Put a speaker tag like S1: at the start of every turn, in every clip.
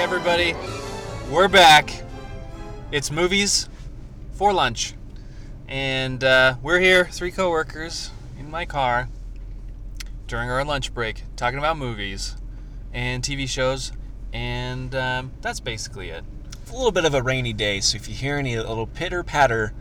S1: everybody. We're back. It's movies for lunch. And uh, we're here, three coworkers in my car during our lunch break, talking about movies and TV shows. And um, that's basically it.
S2: It's a little bit of a rainy day, so if you hear any little pitter patter,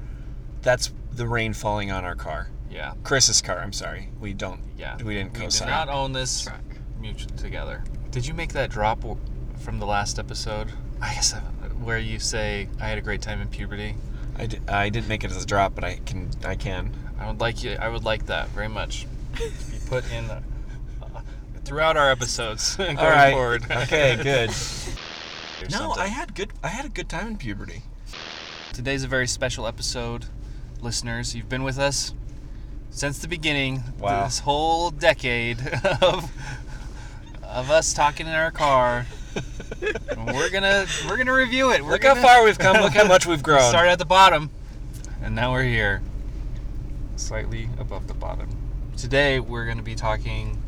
S2: that's the rain falling on our car.
S1: Yeah.
S2: Chris's car, I'm sorry. We don't.
S1: Yeah.
S2: We didn't
S1: We
S2: co-sign.
S1: did not own this
S3: Truck.
S1: mutual together. Did you make that drop w- from the last episode? I guess uh, where you say I had a great time in puberty.
S2: I, did, I didn't make it as a drop, but I can. I can.
S1: I would like you. I would like that very much. To be put in uh, throughout our episodes going
S2: All right.
S1: forward.
S2: Okay. Good.
S1: Or
S2: no,
S1: something.
S2: I had good. I had a good time in puberty.
S1: Today's a very special episode, listeners. You've been with us since the beginning.
S2: Wow.
S1: This whole decade of of us talking in our car. And we're gonna we're gonna review it. We're
S2: Look how
S1: gonna,
S2: far we've come. Look how much we've grown.
S1: Started at the bottom, and now we're here, slightly above the bottom. Today we're going to be talking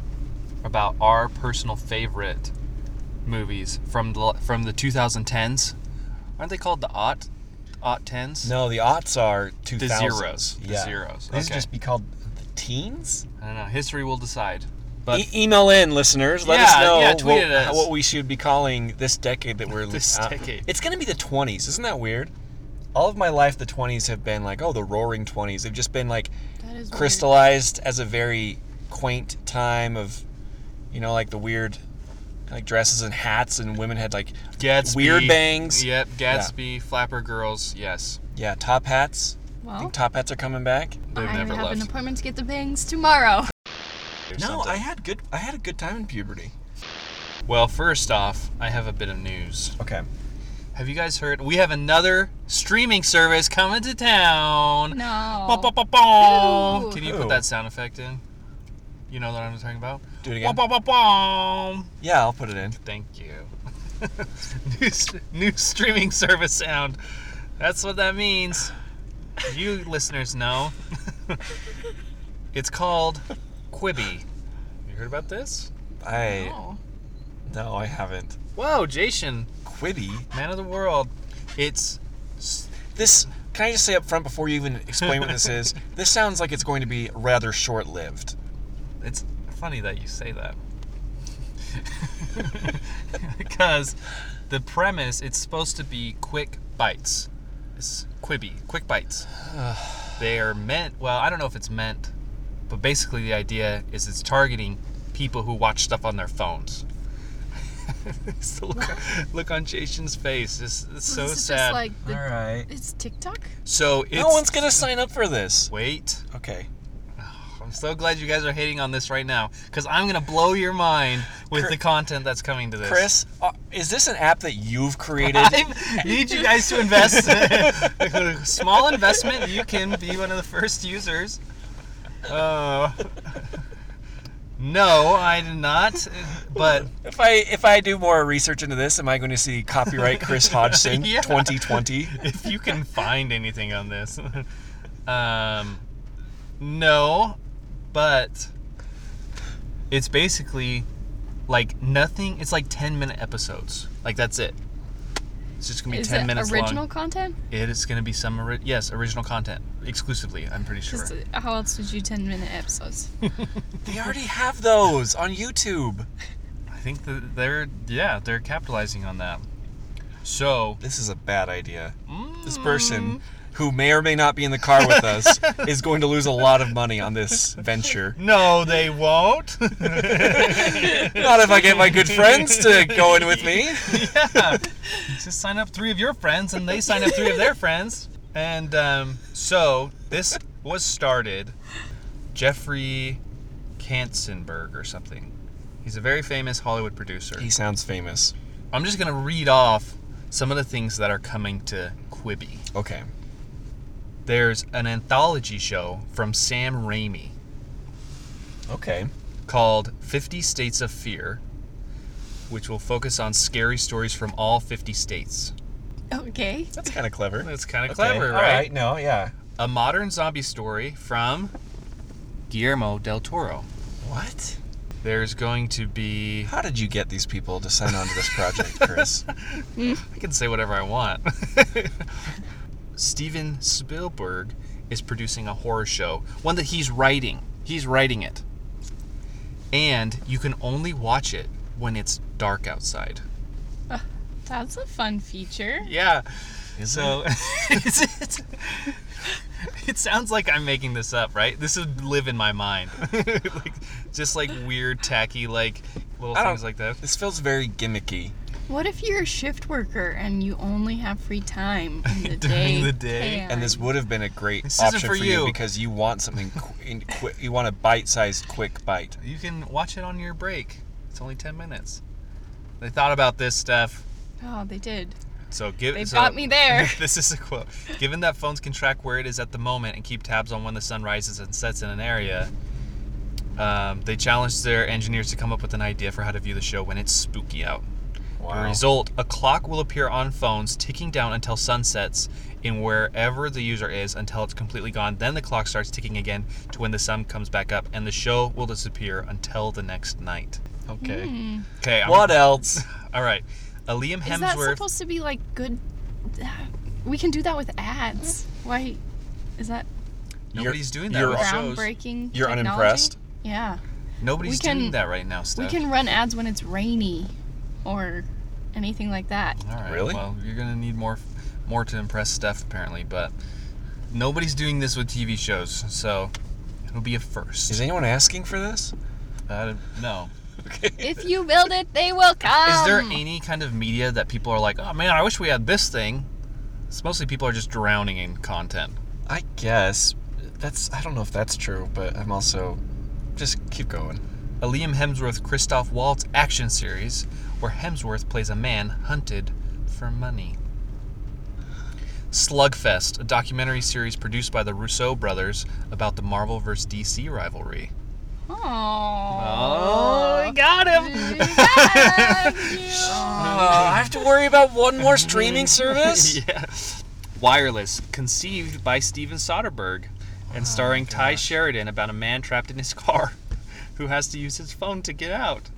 S1: about our personal favorite movies from the from the 2010s. Aren't they called the aught aught tens?
S2: No, the aughts are two
S1: The zeros. The
S2: Yeah.
S1: zeros.
S2: These
S1: Okay.
S2: just be called the teens.
S1: I don't know. History will decide. But
S2: E- email in, listeners. Let
S1: Yeah,
S2: us know
S1: yeah, tweet
S2: what,
S1: at us.
S2: what we should be calling this decade that we're
S1: This
S2: uh,
S1: decade.
S2: It's going to be the 20s. Isn't that weird? All of my life, the 20s have been like, oh, the roaring 20s. They've just been like
S3: That is weird.
S2: crystallized as a very quaint time of, you know, like the weird like dresses and hats, and women had like,
S1: Gatsby.
S2: Weird bangs.
S1: Yep. Gatsby. Flapper girls. Yes.
S2: yeah, top hats. I
S3: Well,
S2: think top hats are coming back.
S1: They've
S3: I
S1: never
S3: have
S1: left.
S3: an appointment to get the bangs tomorrow.
S1: or
S2: No,
S1: something.
S2: I had good. I had a good time in puberty.
S1: Well, first off, I have a bit of news.
S2: Okay.
S1: Have you guys heard? We have another streaming service coming to town.
S3: No.
S1: Ba, ba, ba, ba.
S3: Who?
S1: Can you
S2: Who?
S1: put that sound effect in? You know what I'm talking about?
S2: Do it
S1: Ba,
S2: again.
S1: ba, ba, ba.
S2: Yeah, I'll put it in.
S1: Thank you. new, s- new streaming service sound. That's what that means. You listeners know. it's called Quibi. You heard about this?
S2: I
S3: No.
S2: no, I haven't.
S1: Whoa, Jason,
S2: Quibi.
S1: man of the world. It's s-
S2: This can I just say up front before you even explain what this is? This sounds like it's going to be rather short-lived.
S1: It's funny that you say that. because the premise, it's supposed to be quick bites. It's Quibi, quick bites. they are meant, well, I don't know if it's meant, but basically the idea is it's targeting people who watch stuff on their phones. Just the look, look on Jason's face. Just, it's so
S3: this is
S1: sad.
S3: Just like the,
S2: right.
S3: It's TikTok.
S1: so it's.
S2: No one's gonna sign up for this.
S1: Wait.
S2: Okay.
S1: I'm so glad you guys are hating on this right now because I'm gonna blow your mind with
S2: Cr-
S1: the content that's coming to this.
S2: Chris, uh, is this an app that you've created?
S1: I need you guys to invest. Small investment, you can be one of the first users. Uh, no, I did not. But
S2: if I if I do more research into this, am I going to see copyright Chris Hodgson
S1: Yeah.
S2: 2020?
S1: if you can find anything on this, um, no, but it's basically like nothing. It's like ten minute episodes. Like that's it. It's just gonna be
S3: Is
S1: ten
S3: it
S1: minutes
S3: original
S1: long.
S3: content?
S1: It is gonna be some ori- yes original content exclusively. I'm pretty sure.
S3: 'Cause How else would you 10 minute episodes?
S2: They already have those on YouTube.
S1: I think that they're yeah they're capitalizing on that. So
S2: This is a bad idea. This person who may or may not be in the car with us is going to lose a lot of money on this venture.
S1: no, they won't.
S2: Not if I get my good friends to go in with me.
S1: yeah. Just sign up three of your friends, and they sign up three of their friends. And um, so this was started. Jeffrey Katzenberg or something. He's a very famous Hollywood producer.
S2: He sounds famous.
S1: I'm just gonna read off some of the things that are coming to Quibi.
S2: Okay.
S1: There's an anthology show from Sam Raimi
S2: Okay.
S1: called 50 States of Fear, which will focus on scary stories from all 50 states.
S3: okay.
S2: That's kind of clever.
S1: That's kind
S2: Okay.
S1: of clever,
S2: All
S1: right?
S2: No, yeah.
S1: A modern zombie story from Guillermo del Toro.
S2: What?
S1: There's going to be.
S2: How did you get these people to sign on to this project, Chris?
S1: I can say whatever I want. Steven Spielberg is producing a horror show, one that he's writing. He's writing it. And you can only watch it when it's dark outside.
S3: That's a fun feature.
S1: Yeah.
S2: Is
S1: So is it? It sounds like I'm making this up, right? This would live in my mind, like just like weird, tacky, like little
S2: I don't-
S1: things like that.
S2: This feels very gimmicky.
S3: What if you're a shift worker and you only have free time in the
S1: During
S3: day?
S1: the day.
S2: And this would have been a great
S1: This isn't
S2: option
S1: for
S2: for, you.
S1: you.
S2: because you want something qu- in qui- you want a bite-sized quick bite.
S1: You can watch it on your break. It's only ten minutes. They thought about this stuff,
S3: Oh, they did.
S1: so give.
S3: They
S1: so,
S3: got me there.
S1: this is a quote. Given that phones can track where it is at the moment and keep tabs on when the sun rises and sets in an area, um, they challenged their engineers to come up with an idea for how to view the show when it's spooky out. As a result, a clock will appear on phones, ticking down until sun sets in wherever the user is until it's completely gone. Then the clock starts ticking again to when the sun comes back up, and the show will disappear until the next night.
S2: Okay.
S3: Hmm.
S1: Okay. I'm-
S2: What else?
S1: All right. A Liam Hemsworth.
S3: Is that supposed to be like good? We can do that with ads.
S1: Hmm.
S3: Why? Is that
S1: Nobody's doing that
S2: You're-
S1: right now. Shows.
S3: groundbreaking?
S2: You're
S3: technology?
S2: unimpressed?
S3: Yeah.
S1: Nobody's
S3: We can-
S1: doing that right now, Steph.
S3: We can run ads when it's rainy, or anything like that.
S1: All right.
S2: Really?
S1: Well, you're gonna need more, more to impress Steph apparently, but nobody's doing this with TV shows, so it'll be a first.
S2: Is anyone asking for this?
S1: Uh, no.
S3: If you build it, they will come.
S1: Is there any kind of media that people are like, oh man, I wish we had this thing? It's mostly people are just drowning in content.
S2: I guess that's I don't know if that's true, but I'm also just keep going.
S1: A Liam Hemsworth Christoph Waltz action series where Hemsworth plays a man hunted for money. Slugfest, a documentary series produced by the Rousseau brothers about the Marvel vs. DC rivalry.
S3: Oh.
S1: I got him!
S3: Yeah, you-
S2: Uh, I have to worry about one more streaming service.
S1: yeah. Wireless, conceived by Steven Soderbergh and starring Ty Sheridan about a man trapped in his car who has to use his phone to get out.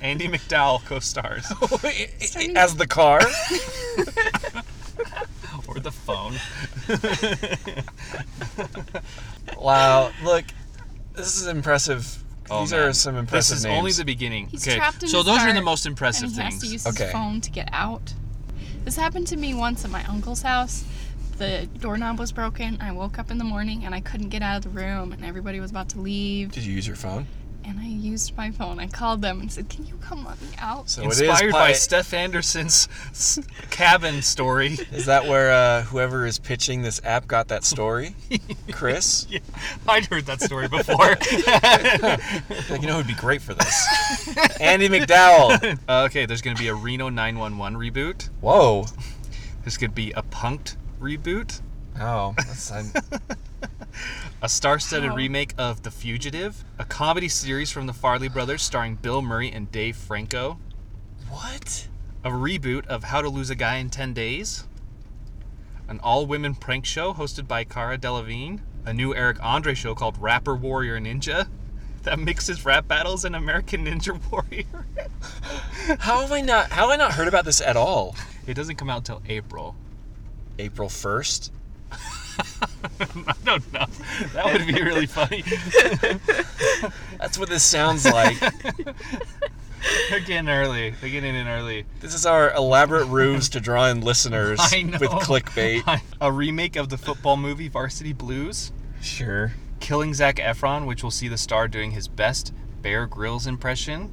S1: Andy McDowell co-stars
S2: As the car.
S1: or the phone.
S2: Wow, look, this is impressive.
S1: Oh,
S2: These
S1: man.
S2: are some
S1: This
S2: impressive
S1: is
S2: names.
S1: only the beginning.
S3: He's
S1: okay.
S3: trapped in
S1: so
S3: his
S1: those are
S3: car
S1: the most impressive
S3: and he has
S1: things.
S3: to use
S2: Okay.
S3: his phone to get out. This happened to me once at my uncle's house. The doorknob was broken. I woke up in the morning and I couldn't get out of the room, and everybody was about to leave.
S2: Did you use your phone?
S3: And I used my phone. I called them and said, "Can you come let me out?"
S1: Oh,
S2: So
S1: Inspired by
S2: pi-
S1: Steph Anderson's s- cabin story.
S2: Is that where uh, whoever is pitching this app got that story? Chris?
S1: Yeah, I'd heard that story before.
S2: Like, you know who would be great for this? Andy McDowell.
S1: okay, there's going to be a Reno 911 reboot.
S2: Whoa.
S1: This could be a punked reboot,
S2: Oh, that's, I'm,
S1: a star-studded
S3: Wow.
S1: remake of The Fugitive, a comedy series from the Farley brothers starring Bill Murray and Dave Franco,
S2: what?
S1: a reboot of How to Lose a Guy in 10 Days, an all-women prank show hosted by Cara Delevingne, a new Eric Andre show called Rapper Warrior Ninja that mixes rap battles and American Ninja Warrior.
S2: How have I not? How have I not heard about this at all?
S1: it doesn't come out till April.
S2: April first.
S1: I don't know. That would be really funny.
S2: That's what this sounds like.
S1: They're getting early. They're getting in early.
S2: this is our elaborate ruse to draw in listeners
S1: I know.
S2: with clickbait.
S1: A remake of the football movie Varsity Blues,
S2: Sure.
S1: Killing Zach Efron, which will see the star doing his best Bear Grylls impression,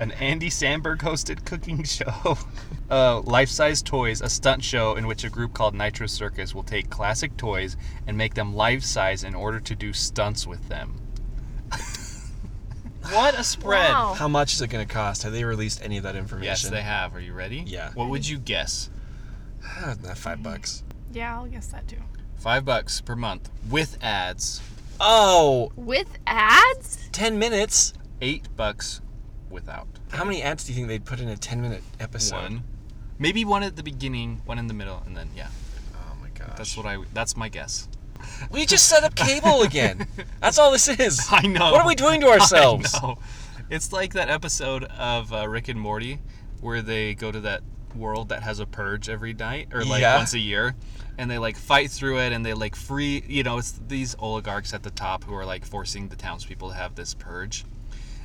S1: an Andy Samberg hosted cooking show, uh, Life Size Toys, a stunt show in which a group called Nitro Circus will take classic toys and make them life size in order to do stunts with them. what a spread!
S3: Wow.
S2: How much is it going to cost? Have they released any of that information?
S1: Yes, they have. Are you ready?
S2: Yeah.
S1: What would you guess?
S2: Ah, not five bucks.
S3: Yeah, I'll guess that too.
S1: Five bucks per month with ads.
S2: Oh,
S3: With ads?
S2: 10 minutes.
S1: Eight bucks without.
S2: How many ads do you think they'd put in a 10 minute episode?
S1: One. Maybe one at the beginning, one in the middle, and then yeah.
S2: Oh my gosh.
S1: That's what I. That's my guess.
S2: We just set up cable again. That's all this is.
S1: I know.
S2: What are we doing to ourselves?
S1: I know. It's like that episode of uh, Rick and Morty where they go to that world that has a purge every night or like
S2: Yeah.
S1: once a year and they like fight through it and they like free you know it's these oligarchs at the top who are like forcing the townspeople to have this purge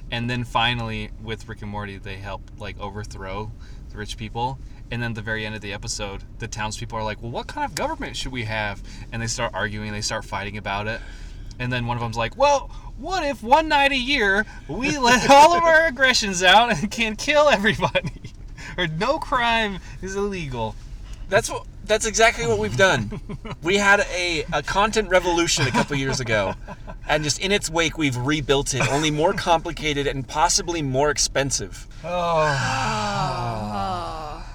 S1: and then finally with rick and morty they help like overthrow the rich people and then at the very end of the episode the townspeople are like well what kind of government should we have and they start arguing they start fighting about it and then one of them's like well what if one night a year we let all of our aggressions out and can kill everybody or no crime is illegal
S2: That's what. That's exactly what we've done. We had a, a content revolution a couple years ago, and just in its wake, we've rebuilt it, only more complicated and possibly more expensive.
S1: oh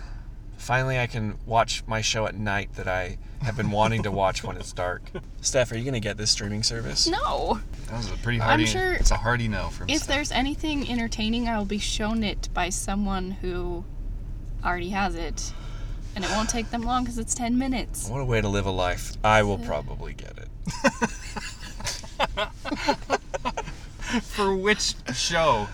S2: Finally, I can watch my show at night that I have been wanting to watch when it's dark. Steph, are you going to get this streaming service?
S3: No.
S1: that was a pretty hardy
S3: sure
S1: it's a hardy no from
S3: If
S1: Steph.
S3: there's anything entertaining, I will be shown it by someone who already has it. And it won't take them long because it's 10 minutes.
S1: Oh.
S2: What a way to live a life. I will probably get it.
S1: for which show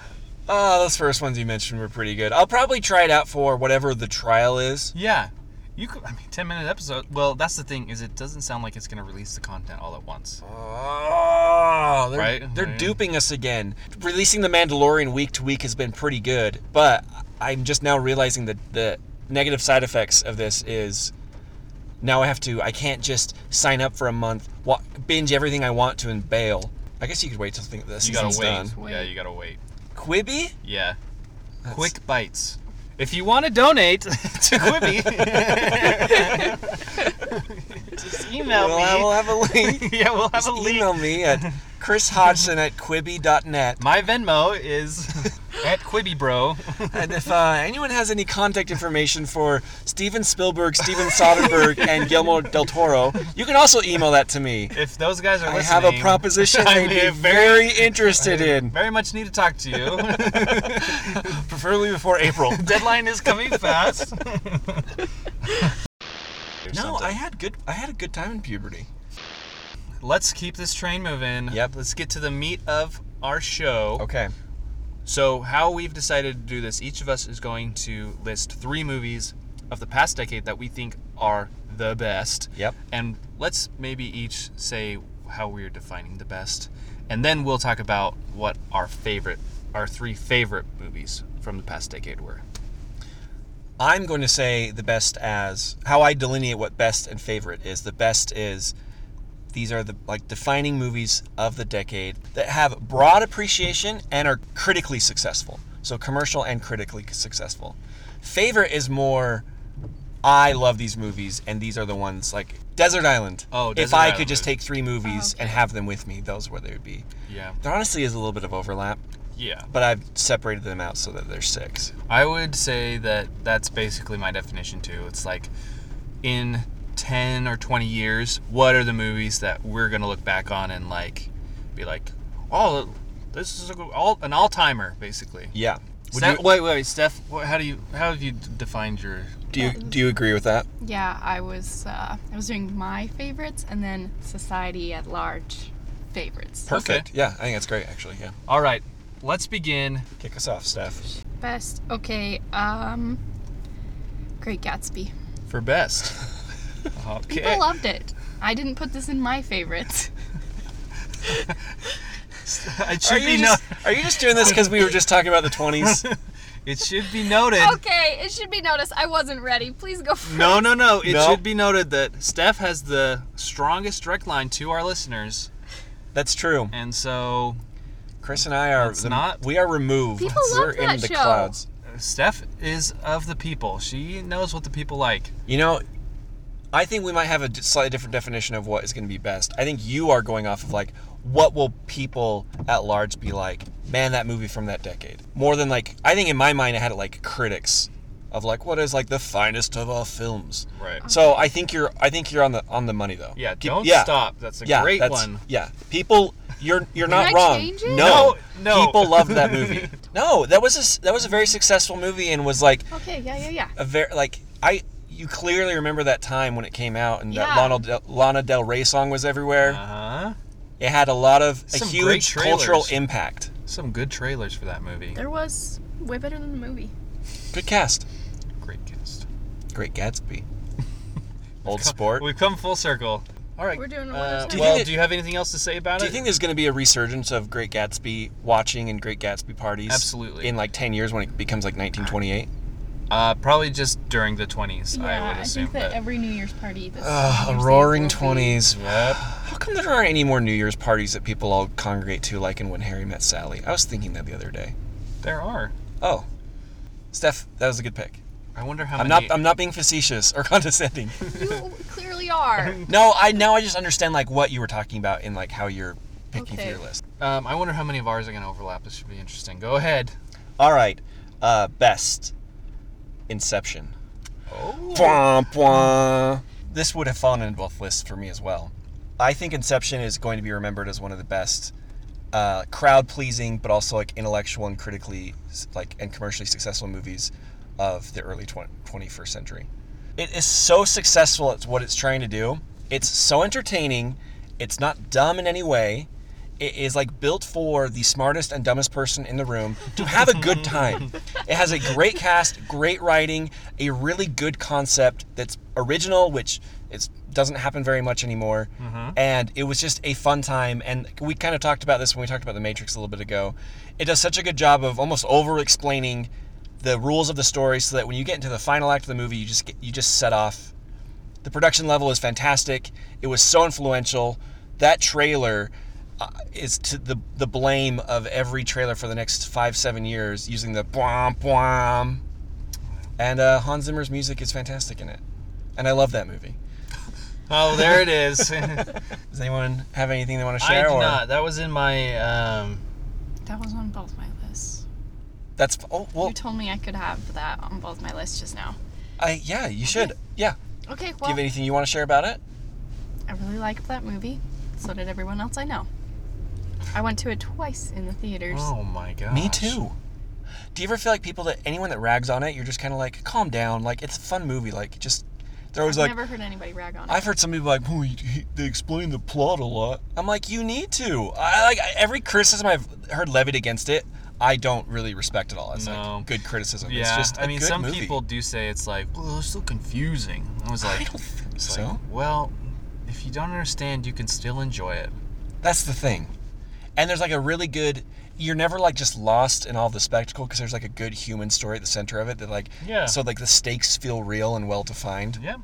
S2: Ah, those first ones you mentioned were pretty good. I'll probably try it out for whatever the trial is.
S1: Yeah. You could, I mean, 10 minute episode. Well, that's the thing is it doesn't sound like it's going to release the content all at once.
S2: Oh, they're,
S1: Right?
S2: they're
S1: Yeah.
S2: duping us again. Releasing The Mandalorian week to week has been pretty good, but I'm just now realizing that the negative side effects of this is now I have to, I can't just sign up for a month, wa- binge everything I want to, and bail. I guess you could wait till think this
S1: You got
S2: season's
S1: to wait.
S2: done.
S1: Yeah, you got to wait.
S2: Quibi?
S1: Yeah. Quick bites. If you want to donate to Quibi, just email
S2: Well,
S1: me.
S2: I will have a link.
S1: yeah, we'll have
S2: Just
S1: a link.
S2: email me at Chris Hodgson at Quibi.net.
S1: My Venmo is at Quibi Bro.
S2: And if uh, anyone has any contact information for Steven Spielberg, Steven Soderbergh, and Guillermo del Toro, you can also email that to me.
S1: If those guys are
S2: I
S1: listening,
S2: have a proposition
S1: I
S2: I'd be
S1: am
S2: very interested in,
S1: Very much need to talk to you.
S2: preferably before April.
S1: Deadline is coming fast.
S2: No, I had good. I had a good time in puberty.
S1: Let's keep this train moving.
S2: Yep. Oh.
S1: Let's get to the meat of our show.
S2: Okay.
S1: So, how we've decided to do this, each of us is going to list three movies of the past decade that we think are the best.
S2: Yep.
S1: And let's maybe each say how we're defining the best. And then we'll talk about what our favorite, our three favorite movies from the past decade were.
S2: I'm going to say the best as how I delineate what best and favorite is. The best is these are the like defining movies of the decade that have broad appreciation and are critically successful. So commercial and critically successful. Favorite is more I love these movies and these are the ones like Desert Island.
S1: Oh,
S2: if
S1: Desert
S2: I
S1: Island
S2: could just
S1: movie.
S2: take three movies and have them with me, those were they would be.
S1: Yeah.
S2: There honestly is a little bit of overlap,
S1: Yeah.
S2: but I've separated them out so that there's six.
S1: I would say that that's basically my definition too. It's like in 10 or 20 years, what are the movies that we're going to look back on and like be like, "Oh, this is a, good- all, an all-timer basically."
S2: Yeah. Would
S1: Steph,
S2: you-
S1: wait, wait, wait, Steph, what, how do you how have you d- defined your
S2: Do you do you agree with that?
S3: Yeah, I was uh, I was doing my favorites and then society at large favorites.
S2: Perfect. Yeah, I think that's great actually. Yeah.
S1: All right, let's begin.
S2: Kick us off, Steph.
S3: Best. Okay. Um Great Gatsby.
S1: For best. Okay.
S3: People loved it. I didn't put this in my favorites.
S1: it
S2: Are
S1: should be
S2: you,
S1: no-
S2: just, are you just doing this because we were just talking about the 20s?
S1: it should be noted.
S3: Okay, it should be noticed I wasn't ready. Please go first.
S1: No, no, no. It
S2: No.
S1: should be noted that Steph has the strongest direct line to our listeners,
S2: That's true.
S1: and so
S2: Chris and I are
S1: That's not-
S2: We are removed.
S3: People love
S2: We're in
S3: that
S2: the
S3: show.
S2: clouds.
S1: uh, Steph is of the people. She knows what the people like.
S2: You know, I think we might have a d- slightly different definition of what is going to be best. I think you are going off of like what will people at large be like? Man, that movie from that decade. More than like I think in my mind I had it like critics of like what is like the finest of all films.
S1: Right.
S2: So I think you're I think you're on the on the money though.
S1: Yeah,
S2: Pe-
S1: don't
S2: yeah.
S1: stop. That's a
S2: yeah,
S1: great
S2: that's-
S1: one.
S2: Yeah, people, you're you're not
S3: I
S2: wrong.
S3: change it?
S2: No,
S1: No, no.
S2: people loved that movie. no, that was a s- that was a very successful movie and was like
S3: Okay, yeah, yeah, yeah.
S2: a very like I you clearly remember that time when it came out and that
S3: Yeah.
S2: Lana Del, Lana Del Rey song was everywhere.
S1: Uh-huh.
S2: It had a lot of a
S1: Some great
S2: huge cultural
S1: trailers.
S2: impact.
S1: Some good trailers for that movie.
S3: There was way better than the movie.
S2: Good cast.
S1: Great cast.
S2: Great Gatsby. Old sport.
S1: We've come full circle. All right.
S3: We're doing one
S1: uh,
S3: at a time.
S1: Well,
S2: Do you think
S1: do you have anything else to say about
S2: Do
S1: it?
S2: you think there's going to be a resurgence of Great Gatsby watching and Great Gatsby parties?
S1: Absolutely.
S2: In like 10 years when it becomes like 1928?
S1: uh, probably just during the 20s, I
S3: yeah,
S1: would
S3: I,
S1: assume.
S3: think that
S1: but-
S3: every New Year's party. This New
S2: Ugh,
S3: Year's
S2: a
S3: Eve
S2: roaring
S3: will be-
S2: 20s.
S1: Yep.
S2: How come there aren't any more New Year's parties that people all congregate to like in When Harry Met Sally? I was thinking that the other day.
S1: There are.
S2: Oh. Steph, that was a good pick.
S1: I wonder how
S2: I'm
S1: many.
S2: not I'm not being facetious or condescending.
S3: You clearly are.
S2: no, I now I just understand like what you were talking about and like how you're picking through
S3: Okay.
S2: your list.
S1: um, I wonder how many of ours are going to overlap. This should be interesting. Go ahead.
S2: All right. Uh best Inception.
S1: Oh.
S2: Bwah, bwah. This would have fallen into both lists for me as well. I think Inception is going to be remembered as one of the best uh, crowd pleasing, but also like intellectual and critically like and commercially successful movies of the early 20, 21st century. It is so successful at what it's trying to do. It's so entertaining. It's not dumb in any way. It is like built for the smartest and dumbest person in the room to have a good time. it has a great cast, great writing, a really good concept that's original, which it doesn't happen very much anymore. And it was just a fun time. And we kind of talked about this when we talked about The Matrix a little bit ago. It does such a good job of almost over explaining the rules of the story so that when you get into the final act of the movie, you just get, you just set off the production level is fantastic. It was so influential. That trailer uh, is to the the blame of every trailer for the next five seven years using the bwom bwom, and uh, Hans Zimmer's music is fantastic in it, and I love that movie.
S1: Oh, there it is. I
S2: Does anyone have anything they want to
S1: did
S2: share? or
S1: not. That was in my. Um,
S3: That was on both my lists.
S2: That's oh well,
S3: You told me I could have that on both my lists just now.
S2: I yeah you should yeah.
S3: Okay,
S2: Do you
S3: well,
S2: have anything you want to share about it?
S3: I really liked that movie. So did everyone else I know. I went to it twice in the theaters.
S1: oh my god.
S2: Me too. Do you ever feel like people that anyone that rags on it, you're just kind of like calm down. Like it's a fun movie. Like just they're always
S3: I've
S2: like
S3: never heard anybody rag on it.
S2: I've heard some people like, oh, he, he, they explain the plot a lot. I'm like, you need to. I like every criticism I've heard levied against it. I don't really respect at all. It's
S1: No.
S2: like good criticism.
S1: Yeah.
S2: it's just
S1: I mean, some people
S2: people.
S1: do say it's like, well, it's so confusing. I was like,
S2: I don't think
S1: it's
S2: so.
S1: like, well, if you don't understand, you can still enjoy it.
S2: That's the thing. And there's like a really good. You're never like just lost in all the spectacle because there's like a good human story at the center of it that like.
S1: Yeah.
S2: So like the stakes feel real and well defined.
S1: Yeah.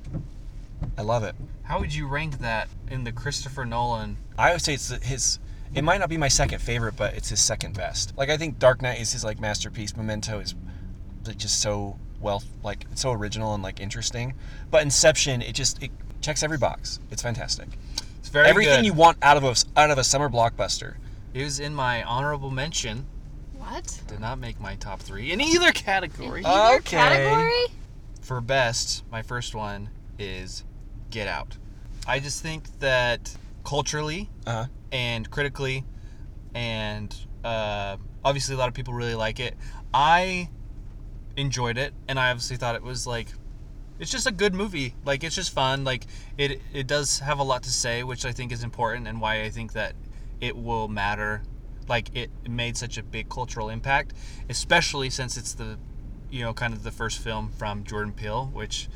S2: I love it.
S1: How would you rank that in the Christopher Nolan?
S2: I would say it's his. It might not be my second favorite, but it's his second best. Like I think Dark Knight is his like masterpiece. Memento is like, just so well, like it's so original and like interesting. But Inception, it just it checks every box. It's fantastic.
S1: It's very
S2: Everything
S1: good.
S2: you want out of a out of a summer blockbuster.
S1: It was in my honorable mention.
S3: what?
S1: Did not make my top three in either category.
S3: Either
S2: Okay.
S3: category?
S1: For best, my first one is Get Out. I just think that culturally
S2: Uh-huh.
S1: and critically, and uh, obviously a lot of people really like it. I enjoyed it, and I obviously thought it was like, it's just a good movie. Like it's just fun. Like it it does have a lot to say, which I think is important, and why I think that it will matter. Like it made such a big cultural impact, especially since it's the, you know, kind of the first film from Jordan Peele, which.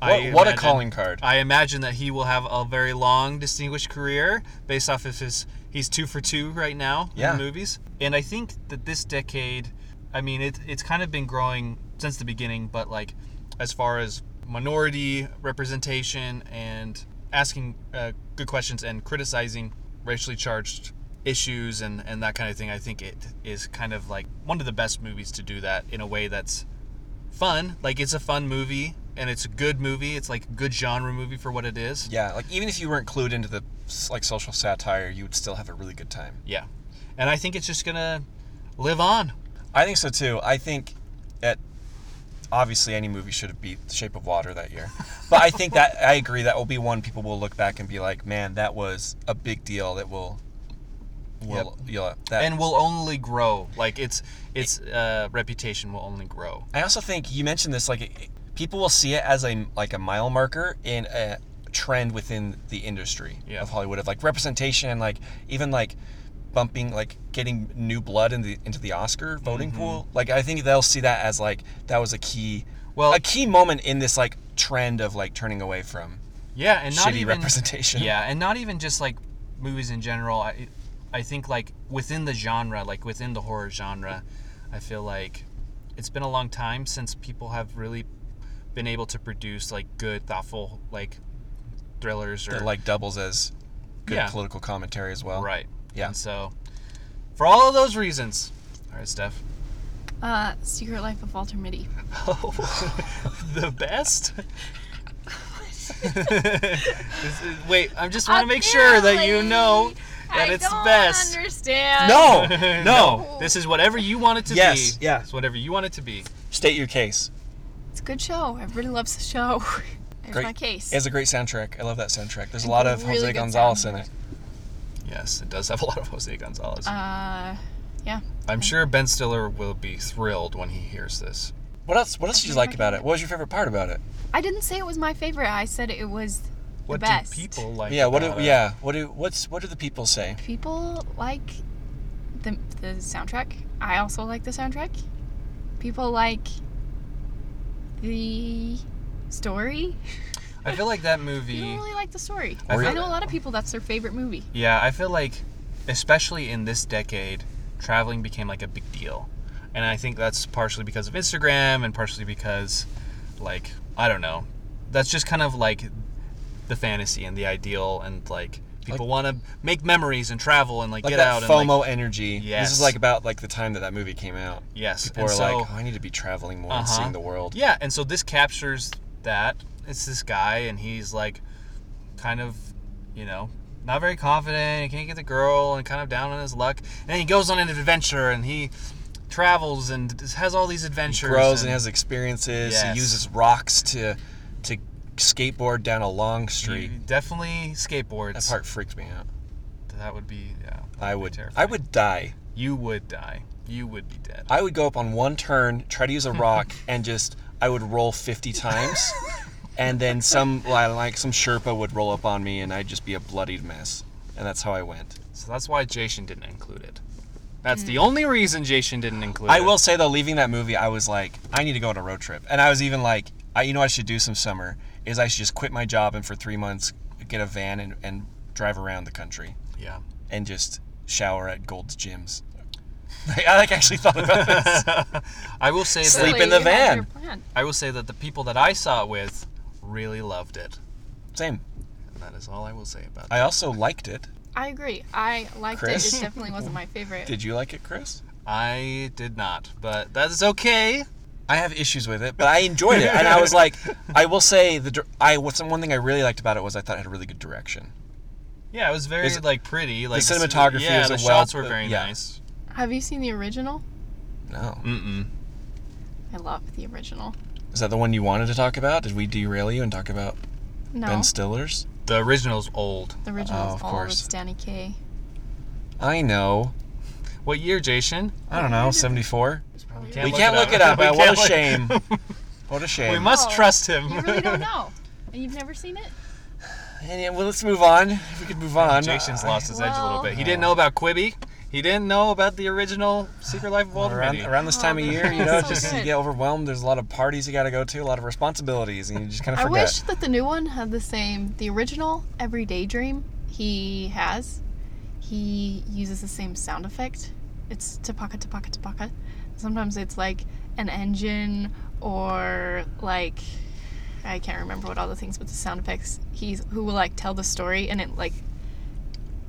S2: What,
S1: I
S2: what a
S1: imagine-
S2: calling card.
S1: I imagine that he will have a very long, distinguished career based off of his. He's two for two right now
S2: Yeah.
S1: in the movies, and I think that this decade, I mean, it, it's kind of been growing since the beginning, but like, as far as minority representation and asking uh, good questions and criticizing racially charged issues and and that kind of thing, I think it is kind of like one of the best movies to do that in a way that's fun. Like it's a fun movie and it's a good movie. It's like a good genre movie for what it is.
S2: yeah, like even if you weren't clued into the s- like social satire, you would still have a really good time.
S1: Yeah. And I think it's just gonna live on.
S2: I think so too. I think at obviously any movie should have beat The Shape of Water that year, but I think that I agree that will be one people will look back and be like, man, that was a big deal. That will Will, yeah, that-
S1: and will only grow. Like its its uh, reputation will only grow.
S2: I also think you mentioned this like it- people will see it as a like a mile marker in a trend within the industry
S1: Yeah.
S2: of Hollywood of like representation, like even like bumping like getting new blood in the, into the Oscar voting
S1: Mm-hmm.
S2: pool. Like I think they'll see that as like that was a key
S1: Well-
S2: a key moment in this like trend of like turning away from
S1: Yeah, and not
S2: Shitty
S1: even
S2: representation.
S1: Yeah, and not even just like movies in general. I I think like within the genre, like within the horror genre, I feel like it's been a long time since people have really been able to produce like good, thoughtful like thrillers or
S2: that like doubles as good
S1: Yeah.
S2: political commentary as well.
S1: right.
S2: Yeah.
S1: And so for all of those reasons, all right, Steph.
S3: Uh, Secret Life of Walter Mitty.
S2: Oh.
S1: the best. This is- wait, I just want to make sure that you know that
S3: I
S1: it's
S3: don't
S1: best.
S3: Understand?
S2: No, Oh, no.
S1: This is whatever you want it to
S2: Yes,
S1: be.
S2: yeah.
S1: It's whatever you want it to be.
S2: State your case.
S3: It's a good show. Everybody loves the show. There's my case.
S2: It has a great soundtrack. I love that soundtrack. There's a lot of
S3: really
S2: Jose
S3: good
S2: Gonzalez in
S3: soundtrack.
S2: it.
S1: Yes, it does have a lot of Jose Gonzalez.
S3: uh, yeah.
S1: I'm sure Ben Stiller will be thrilled when he hears this.
S2: What else? What else did you
S3: think
S2: like
S3: I
S2: about
S3: can-
S2: it? What was your favorite part about it?
S3: I didn't say it was my favorite. I said it was
S1: What
S3: the best.
S1: do people like?
S2: yeah. What? Do,
S1: about it?
S2: yeah. What do? What's? What do the people say?
S3: People like the the soundtrack. I also like the soundtrack. People like the story.
S1: I feel like that movie.
S3: People really like the story.
S1: I
S3: I
S1: feel-
S3: know a lot of people. That's their favorite movie.
S1: Yeah, I feel like, especially in this decade, traveling became like a big deal. And I think that's partially because of Instagram and partially because, like, I don't know. That's just kind of like the fantasy and the ideal, and like people want to make memories and travel and like,
S2: Like
S1: get
S2: that
S1: out and
S2: FOMO
S1: like,
S2: energy. This
S1: Yes.
S2: is like about like the time that that movie came out.
S1: yes.
S2: People
S1: and
S2: are
S1: so,
S2: like, oh, I need to be traveling more and
S1: Uh-huh.
S2: seeing the world.
S1: Yeah, and so this captures that. It's this guy, and he's like, kind of, you know, not very confident. He can't get the girl, and kind of down on his luck. And then he goes on an adventure, and he travels and has all these adventures.
S2: Grows and has experiences.
S1: Yes.
S2: He uses rocks to to skateboard down a long street.
S1: he definitely skateboards.
S2: That part freaked me out.
S1: That would be yeah.
S2: I would. I
S1: terrifying.
S2: would die.
S1: You would die. You would be dead.
S2: I would go up on one turn, try to use a rock, and just I would roll fifty times, and then some li- like some Sherpa would roll up on me, and I'd just be a bloodied mess. And that's how I went.
S1: So that's why Jason didn't include it. That's the only reason Jason didn't include
S2: I
S1: it.
S2: will say though, leaving that movie, I was like, I need to go on a road trip, and I was even like, I, you know, what I should do some summer is I should just quit my job and for three months get a van and, and drive around the country
S1: Yeah.
S2: and just shower at Gold's Gyms. I like actually thought about this.
S1: I will say that
S2: Sleep
S3: Really,
S2: in the
S3: you had
S2: van.
S3: your plan.
S1: I will say that the people that I saw it with really loved it.
S2: Same.
S1: And that is all I will say about it.
S2: I also liked it.
S3: I agree. I liked
S2: Chris?
S3: it. It definitely wasn't my favorite.
S2: Did you like it, Chris?
S1: I did not, but that is okay.
S2: I have issues with it, but I enjoyed it, and I was like, I will say the dir- I what's one thing I really liked about it was I thought it had a really good direction.
S1: Yeah, it was very
S2: It's-
S1: like pretty. Like
S2: the cinematography
S1: Yeah,
S2: is
S1: the
S2: a well-
S1: shots were very
S2: yeah.
S1: nice.
S3: Have you seen the original?
S2: No,
S1: Mm-mm.
S3: I love the original.
S2: is that the one you wanted to talk about? Did we derail you and talk about
S3: No,
S2: Ben Stiller's?
S1: The original's old.
S3: the original
S2: Oh,
S3: is
S2: of
S3: all
S2: course.
S3: It's Danny Kaye.
S2: I know.
S1: What year, Jason?
S2: I don't know. Seventy four.
S3: It's probably
S1: Can't
S2: We
S1: look
S2: can't
S1: it
S2: look it
S1: up.
S2: up.
S1: We
S2: uh, what a
S1: can't look-
S2: shame. What a shame.
S1: We must
S3: Oh,
S1: trust him.
S3: You really don't know. And you've never seen it?
S2: And, yeah, well, let's move on. If we could move on.
S1: Jason's
S2: Uh,
S1: lost his edge a little
S3: Well-
S1: bit. He didn't know about Quibi. He didn't know about the original Secret Life of Walter
S2: Around,
S1: Mitty.
S2: around this time of
S3: Oh,
S2: year, you know,
S3: that's so
S2: just you
S3: good.
S2: get overwhelmed. There's a lot of parties you got to go to, a lot of responsibilities, and you just kind of
S3: I
S2: forget.
S3: wish that the new one had the same. The original, every daydream, he has. He uses the same sound effect. It's tapaka, tapaka, tapaka. Sometimes it's like an engine or like. I can't remember what other things, but the sound effects he's who will like tell the story and it like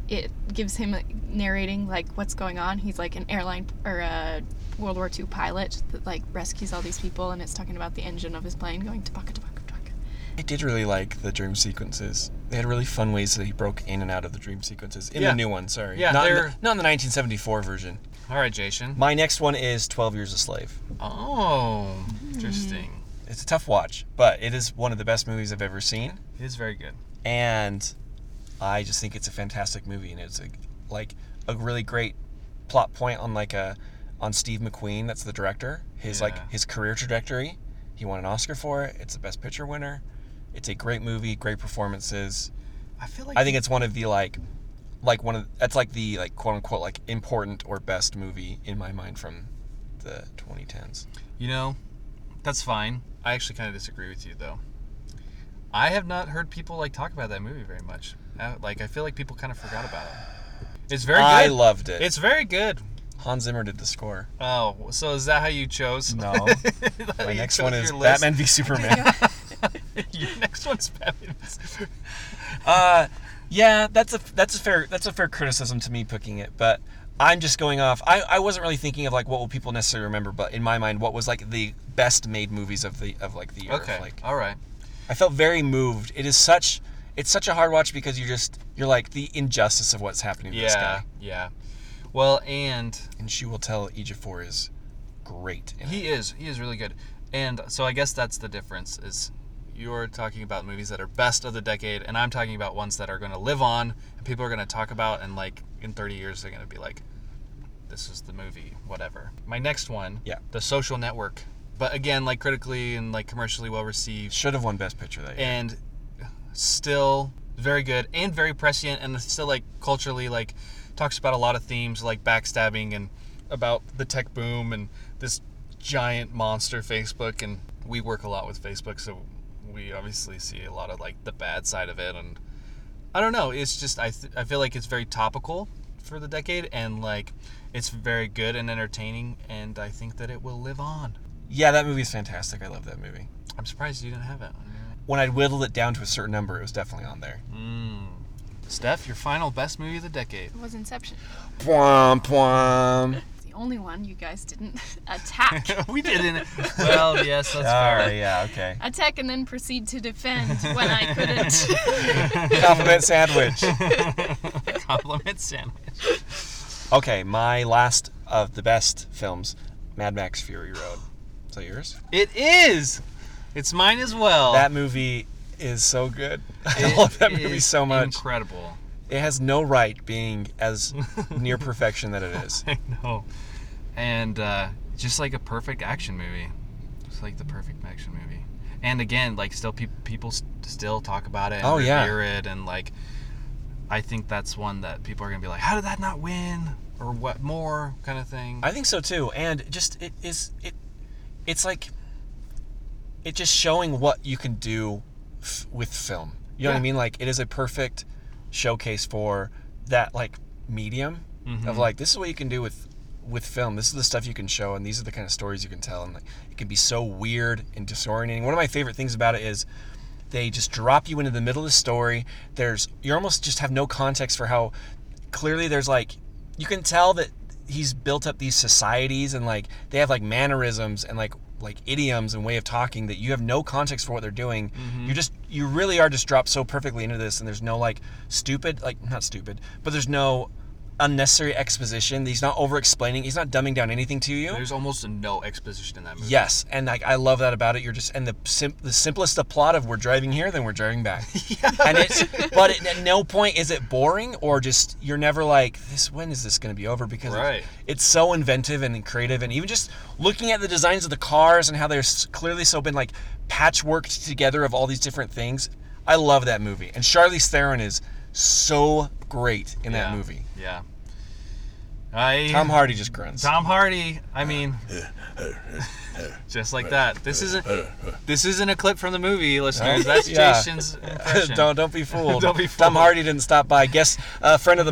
S3: it gives him narrating like what's going on. He's like an airline or a World War II pilot that like rescues all these people, and it's talking about the engine of his plane going to bucka to bucka to bucka.
S2: I did really like the dream sequences. They had really fun ways that he broke in and out of the dream sequences in
S1: Yeah.
S2: the new one. Sorry,
S1: Yeah,
S2: not in, the,
S1: they're-
S2: not in the 1974 version.
S1: All right, Jason.
S2: My next one is 12 Years a Slave.
S1: Oh, interesting.
S2: It's a tough watch, but it is one of the best movies I've ever seen,
S1: It is very good.
S2: and I just think it's a fantastic movie, and it's a, like a really great plot point on like a on Steve McQueen. That's the director. His
S1: Yeah.
S2: like his career trajectory. He won an Oscar for it. It's the Best Picture winner. It's a great movie. Great performances.
S1: I feel like
S2: I think it's one of the like, like one of that's like the like quote unquote like important or best movie in my mind from the 2010s.
S1: You know, that's fine. I actually kind of disagree with you though. I have not heard people like talk about that movie very much. I, like I feel like people kind of forgot about it. It's very
S2: I
S1: good.
S2: loved it.
S1: it's very good.
S2: Hans Zimmer did the score.
S1: Oh, so is that how you chose?
S2: No.
S1: That how
S2: My
S1: you
S2: next
S1: chose
S2: one is
S1: your list?
S2: Batman v Superman.
S1: your next one's Batman. v Superman.
S2: uh, yeah, that's a that's a fair that's a fair criticism to me picking it, but I'm just going off. I, I wasn't really thinking of like what will people necessarily remember, but in my mind, what was like the best made movies of the of like the year.
S1: okay.
S2: Like
S1: All right.
S2: I felt very moved. It is such it's such a hard watch because you're just you're like the injustice of what's happening to this
S1: Yeah.
S2: guy.
S1: Yeah. Well, and
S2: And she will tell Ejiofor is great. In it.
S1: He is. He is really good. And so I guess that's the difference is you're talking about movies that are best of the decade and I'm talking about ones that are going to live on and people are going to talk about and like in 30 years they're going to be like this is the movie whatever. My next one,
S2: Yeah.
S1: The Social Network. But again, like critically and like commercially well received
S2: Should have won Best Picture that year.
S1: and still very good and very prescient and still like culturally like talks about a lot of themes like backstabbing and about the tech boom and this giant monster Facebook and we work a lot with Facebook so we obviously see a lot of like the bad side of it and I don't know it's just I, th- I feel like it's very topical for the decade and like it's very good and entertaining and I think that it will live on.
S2: yeah, that movie is fantastic. I love that movie.
S1: I'm surprised you didn't have it. on your-
S2: When I'd whittled it down to a certain number, it was definitely on there.
S1: Steph, your final best movie of the decade.
S3: It was Inception.
S2: Pwom, pwom.
S3: It's the only one you guys didn't attack.
S1: we didn't. Well, yes, that's
S2: All
S1: fair.
S2: right, yeah, okay.
S3: attack and then proceed to defend when I couldn't.
S2: Compliment sandwich.
S1: Compliment sandwich.
S2: Okay, my last of the best films, Mad Max Fury Road. Is that yours?
S1: It is. It's mine as well.
S2: That movie is so good. I
S1: Oh. It
S2: love that
S1: is
S2: movie so much.
S1: Incredible.
S2: It has no right being as near perfection that it is.
S1: I know. And uh, just like a perfect action movie. It's like the perfect action movie. And again, like still pe- people s- still talk about it and
S2: Oh, yeah.
S1: revere it and like I think that's one that people are going to be like, "How did that not win?" or what more kind of thing.
S2: I think so too. And just it is it it's like it just showing what you can do f- with film. You know what I
S1: Yeah.
S2: mean? Like it is a perfect showcase for that like medium of like this is what you can do with with film. This is the stuff you can show and these are the kind of stories you can tell and like it can be so weird and disorienting. One of my favorite things about it is they just drop you into the middle of the story there's you almost just have no context for how clearly there's like you can tell that he's built up these societies and like they have like mannerisms and like like idioms and way of talking that you have no context for what they're doing you just you really are just dropped so perfectly into this and there's no like stupid like not stupid but there's no unnecessary exposition he's not over explaining he's not dumbing down anything to you
S1: There's almost no exposition in that movie.
S2: Yes, and like I love that about it. You're just and the sim- the simplest the plot of we're driving here, then we're driving back. And it's but it, at no point is it boring or just you're never like this. When is this going to be over? Because it's-
S1: Right.
S2: it's so inventive and creative, and even just looking at the designs of the cars and how they're s- clearly so been like patchworked together of all these different things. I love that movie, and Charlize Theron is so great in that
S1: Yeah.
S2: movie.
S1: Yeah. I
S2: Tom Hardy just grunts.
S1: Tom Hardy. I mean, just like that. This isn't this isn't a clip from the movie, listeners. That's
S2: Yeah.
S1: Jason's impression.
S2: don't don't be fooled.
S1: Don't be
S2: Tom
S1: fooled.
S2: Hardy didn't stop by. Guess uh, friend of the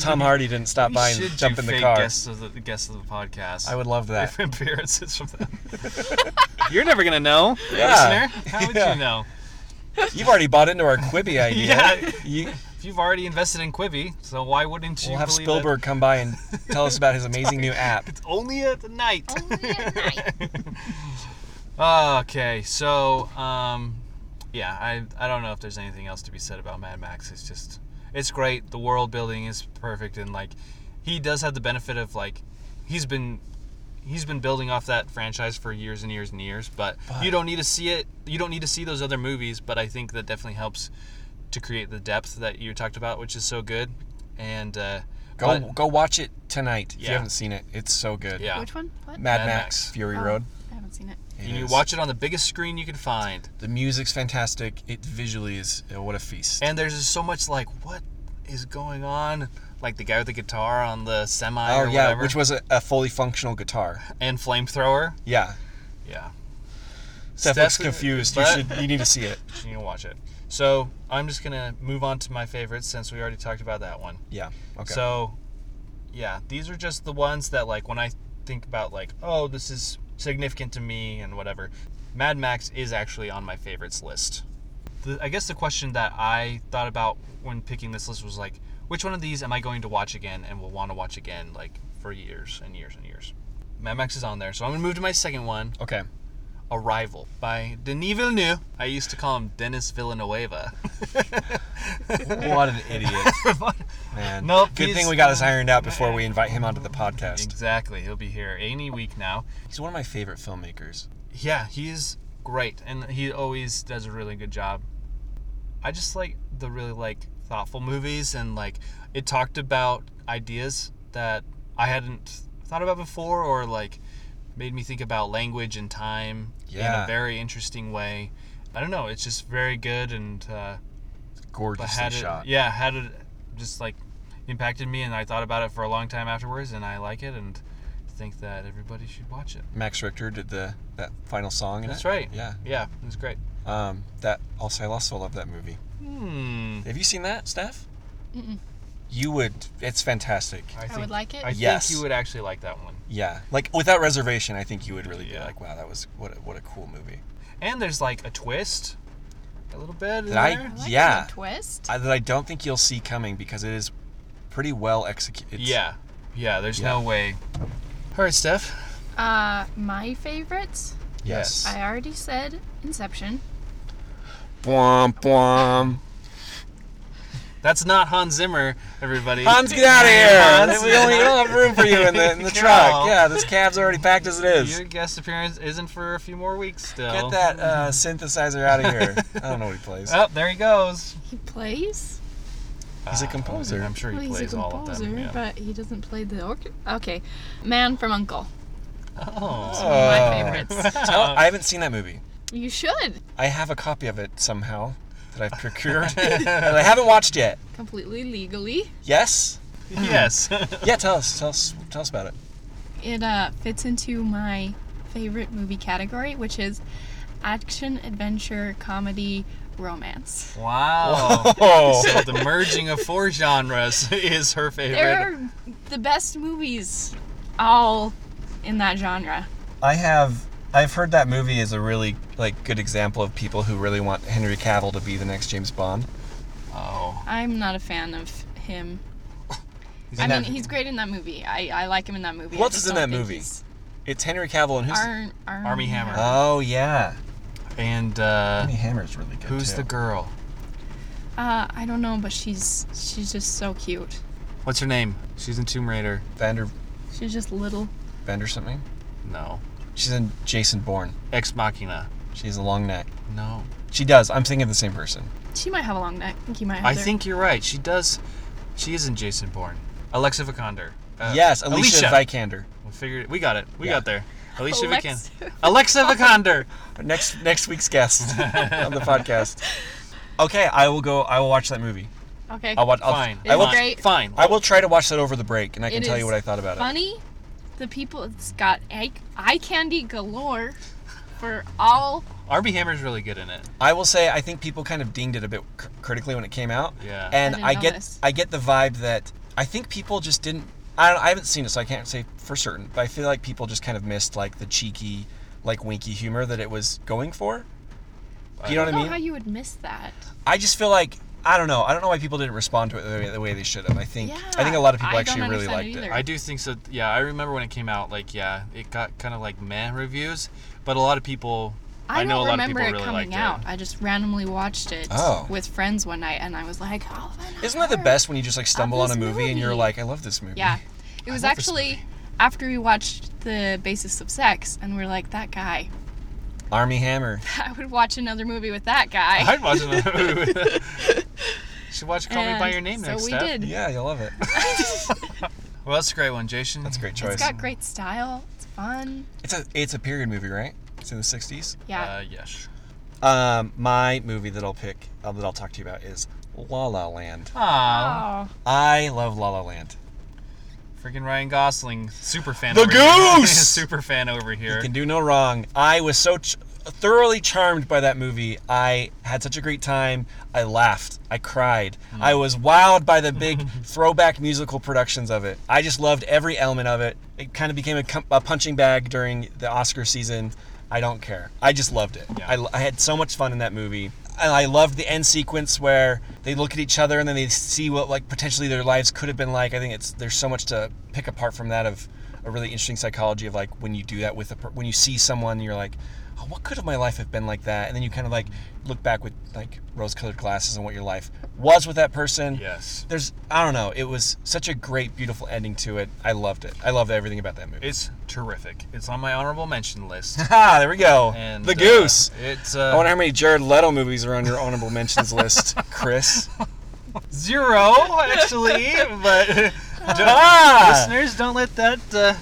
S2: Tom Hardy didn't stop
S1: We
S2: by
S1: should
S2: and
S1: do
S2: jump in the
S1: fake
S2: car.
S1: Guests of the, the guests of the podcast.
S2: I would love that.
S1: Different appearances from them. You're never gonna know,
S2: Yeah.
S1: listener. How would
S2: Yeah.
S1: you know?
S2: You've already bought into our Quibi idea.
S1: Yeah.
S2: You,
S1: If you've already invested in Quibi, so why wouldn't you?
S2: we'll have
S1: believe
S2: Spielberg come by and tell us about his amazing new app.
S1: It? It's only at night.
S3: Only at night.
S1: Okay, so um, yeah, I I don't know if there's anything else to be said about Mad Max. It's just it's great. The world building is perfect, and like he does have the benefit of like he's been he's been building off that franchise for years and years and years. But, you don't need to see it. You don't need to see those other movies. But I think that definitely helps to create the depth that you talked about, which is so good. And uh,
S2: Go
S1: But-
S2: go watch it tonight if you
S1: Yeah.
S2: haven't seen it. It's so good.
S1: Yeah.
S3: Which one? What?
S2: Mad,
S1: Mad
S2: Max,
S1: Max.
S2: Fury
S3: Oh,
S2: Road.
S3: I haven't seen it.
S2: It
S1: and you
S2: is-
S1: watch it on the biggest screen you can find.
S2: The music's fantastic. It visually is oh, what a feast.
S1: And there's just so much like, what is going on? Like the guy with the guitar on the semi
S2: oh
S1: or
S2: yeah,
S1: whatever,
S2: which was a, a fully functional guitar.
S1: and flamethrower.
S2: Yeah.
S1: Yeah,
S2: Steph
S1: Steph-
S2: looks confused. You
S1: but-
S2: should you need to see it.
S1: you can watch it. So I'm just gonna move on to my favorites since we already talked about that one.
S2: Yeah. Okay.
S1: So, yeah, these are just the ones that like when I think about like, oh, this is significant to me and whatever. Mad Max is actually on my favorites list. The, I guess the question that I thought about when picking this list was like, which one of these am I going to watch again and will want to watch again like for years and years and years? Mad Max is on there, so I'm gonna move to my second one,
S2: okay.
S1: Arrival by Denis Villeneuve. I used to call him Dennis Villanueva.
S2: What an idiot, man.
S1: Nope,
S2: Good
S1: he's-
S2: thing we got this ironed out before we invite him onto the podcast.
S1: exactly, he'll be here any week now.
S2: He's one of my favorite filmmakers.
S1: yeah, he's great, and he always does a really good job. I just like the really like thoughtful movies, and like it talked about ideas that I hadn't thought about before, or like made me think about language and time in
S2: Yeah.
S1: a very interesting way. I don't know, it's just very good, and uh, but
S2: Gorgeously
S1: had it,
S2: shot.
S1: yeah, had it just like impacted me, and I thought about it for a long time afterwards, and I like it, and think that everybody should watch it.
S2: Max Richter did the that final song in
S1: That's
S2: it.
S1: right.
S2: Yeah.
S1: Yeah, it was great.
S2: Um, that also I also love that movie.
S1: Hmm.
S2: Have you seen that, Steph? You would. It's fantastic.
S3: I would like it.
S1: I
S2: Yes.
S1: think you would actually like that one.
S2: Yeah, like without reservation, I think you would really be
S1: Yeah.
S2: like, wow, that was what a, what a cool movie.
S1: And there's like a twist, a little bit. In
S2: That I-
S1: there.
S3: I like
S2: Yeah.
S3: the twist.
S2: I, that I don't think you'll see coming because it is pretty well executed.
S1: Yeah. Yeah. There's
S2: Yeah.
S1: no way. All right, Steph.
S3: Uh, my favorites.
S2: Yes.
S3: I already said Inception.
S2: Blom, blom.
S1: That's not Hans Zimmer, everybody.
S2: Hans, get out of here!
S1: Hans.
S2: we only we don't have room for you in the in the
S1: Get
S2: truck.
S1: out.
S2: Yeah, this cab's already packed as it is.
S1: Your guest appearance isn't for a few more weeks still.
S2: Get that uh, synthesizer out of here. I don't know what he plays.
S1: Oh, there he goes.
S3: He plays.
S2: He's a
S1: Ah,
S2: composer.
S1: I'm sure he
S3: Well, he's
S1: plays
S3: a
S1: all of
S3: composer,
S1: them. Yeah.
S3: but he doesn't play the orchestra. Okay, Man from Uncle.
S1: Oh.
S3: One of
S2: Oh.
S3: my favorites.
S2: Tell- I haven't seen that movie.
S3: you should.
S2: I have a copy of it somehow that I've procured, and I haven't watched yet.
S3: Completely legally.
S2: Yes.
S1: yes.
S2: Yeah, tell us, tell us, tell us about it.
S3: It uh, fits into my favorite movie category, which is action, adventure, comedy, romance.
S1: wow.
S2: Oh,
S1: So the merging of four genres is her favorite.
S3: There are the best movies all in that genre.
S2: I have. I've heard that movie is a really like good example of people who really want Henry Cavill to be the next James Bond.
S1: Oh.
S3: I'm not a fan of him.
S2: He's
S3: I
S2: in
S3: mean,
S2: that-
S3: he's great in that movie. I, I like him in that movie.
S2: Who
S3: I
S2: else
S3: just
S2: is in
S3: don't
S2: that
S3: think
S2: movie?
S3: he's-
S2: It's Henry Cavill and who's?
S3: Arm, Arm,
S1: Army Hammer.
S2: oh yeah,
S1: And uh,
S2: Army Hammer's really good.
S1: who's
S2: too.
S1: the girl?
S3: Uh, I don't know, but she's she's just so cute.
S1: What's her name? She's in Tomb Raider.
S2: Vander
S3: She's just little.
S2: Vander something?
S1: No.
S2: She's in Jason Bourne.
S1: Ex Machina.
S2: She's a long neck.
S1: No.
S2: She does. I'm thinking of the same person.
S3: She might have a long neck. I think you might. Have
S1: I
S3: their-
S1: think you're right. She does. She is in Jason Bourne. Alexa Vikander. Uh,
S2: yes, Alicia, Vikander.
S1: We figured it. We got it. We
S2: Yeah.
S1: got there. Alicia
S3: Alexa
S1: Vikander. Alexa Vikander.
S2: Next next week's guest on the podcast. Okay, I will go. I will watch that movie.
S3: Okay.
S2: I'll watch. I'll,
S1: Fine.
S2: I will.
S3: It's great.
S1: Fine.
S2: I will try to watch that over the break, and I can
S3: It
S2: tell you
S3: is
S2: what I thought about it.
S3: Funny, the people. It's got eye, eye candy galore for all.
S1: Arby Hammer's really good in it.
S2: I will say I think people kind of dinged it a bit cr- critically when it came out.
S1: Yeah.
S2: And
S3: I
S2: I,
S3: didn't
S2: get
S3: notice.
S2: I get the vibe that I think people just didn't. I don't, I haven't seen it, so I can't say for certain. But I feel like people just kind of missed like the cheeky, like winky humor that it was going for. Do you know
S3: I
S2: what
S3: don't
S2: I
S3: know how
S2: mean?
S3: you would miss that.
S2: I just feel like I don't know. I don't know why people didn't respond to it the way, the way they should have. I think I think a lot of people
S3: Yeah, I don't
S2: actually really
S3: understand
S2: liked
S3: it
S2: it.
S3: either.
S1: I do think so. Yeah, I remember when it came out. Like, yeah, it got kind of like meh reviews, but a lot of people. I,
S3: I,
S1: know a
S3: don't
S1: lot of
S3: remember
S1: people
S3: it
S1: really
S3: coming
S1: liked
S3: out.
S1: it.
S3: I just randomly watched it
S2: Oh.
S3: with friends one night, and I was like, "Oh, I
S2: Isn't that the
S3: heard."
S2: best when you just like stumble on
S3: this
S2: a movie, and you're
S3: movie.
S2: like, I love this movie.
S3: Yeah, it was
S2: love this
S3: actually after we watched the Basis of Sex, and we're like, "That guy,
S2: Army Hammer.
S3: I would watch another movie with that guy."
S1: I'd watch another movie. should watch Call Me by
S3: And
S1: Your Name
S3: so
S1: next.
S3: we
S1: Steph.
S3: did.
S2: Yeah, you'll love it.
S1: Well, that's a great one, Jason.
S2: That's a great choice.
S3: It's got great style. It's fun.
S2: It's a it's a period movie, right? It's in the '60s.
S3: Yeah.
S1: Uh, yes.
S2: Um, my movie that I'll pick uh, that I'll talk to you about is La La Land.
S1: Aw,
S3: oh.
S2: I love La La Land.
S1: freaking Ryan Gosling, super fan.
S2: The
S1: over here.
S2: goose!
S1: super fan over
S2: You
S1: here.
S2: can do no wrong. I was so ch- thoroughly charmed by that movie. I had such a great time. I laughed. I cried.
S1: Hmm.
S2: I was wowed by the big throwback musical productions of it. I just loved every element of it. It kind of became a, com- a punching bag during the Oscar season. I don't care. I just loved it.
S1: Yeah.
S2: I, l- I had so much fun in that movie. And I loved the end sequence where they look at each other and then they see what like potentially their lives could have been like. I think it's there's so much to pick apart from that of a really interesting psychology of like when you do that with a per- when you see someone you're like, oh, what could have my life have been like that? And then you kind of like look back with like rose-colored glasses on what your life was with that person.
S1: Yes.
S2: There's I don't know. It was such a great beautiful ending to it. I loved it. I loved everything about that movie.
S1: It's terrific. It's on my honorable mention list.
S2: ah, there we go.
S1: And
S2: the
S1: uh,
S2: goose.
S1: it's uh,
S2: I wonder how many Jared Leto movies are on your honorable mentions list, Chris.
S1: zero actually, but
S2: Ah!
S1: listeners, don't let that uh,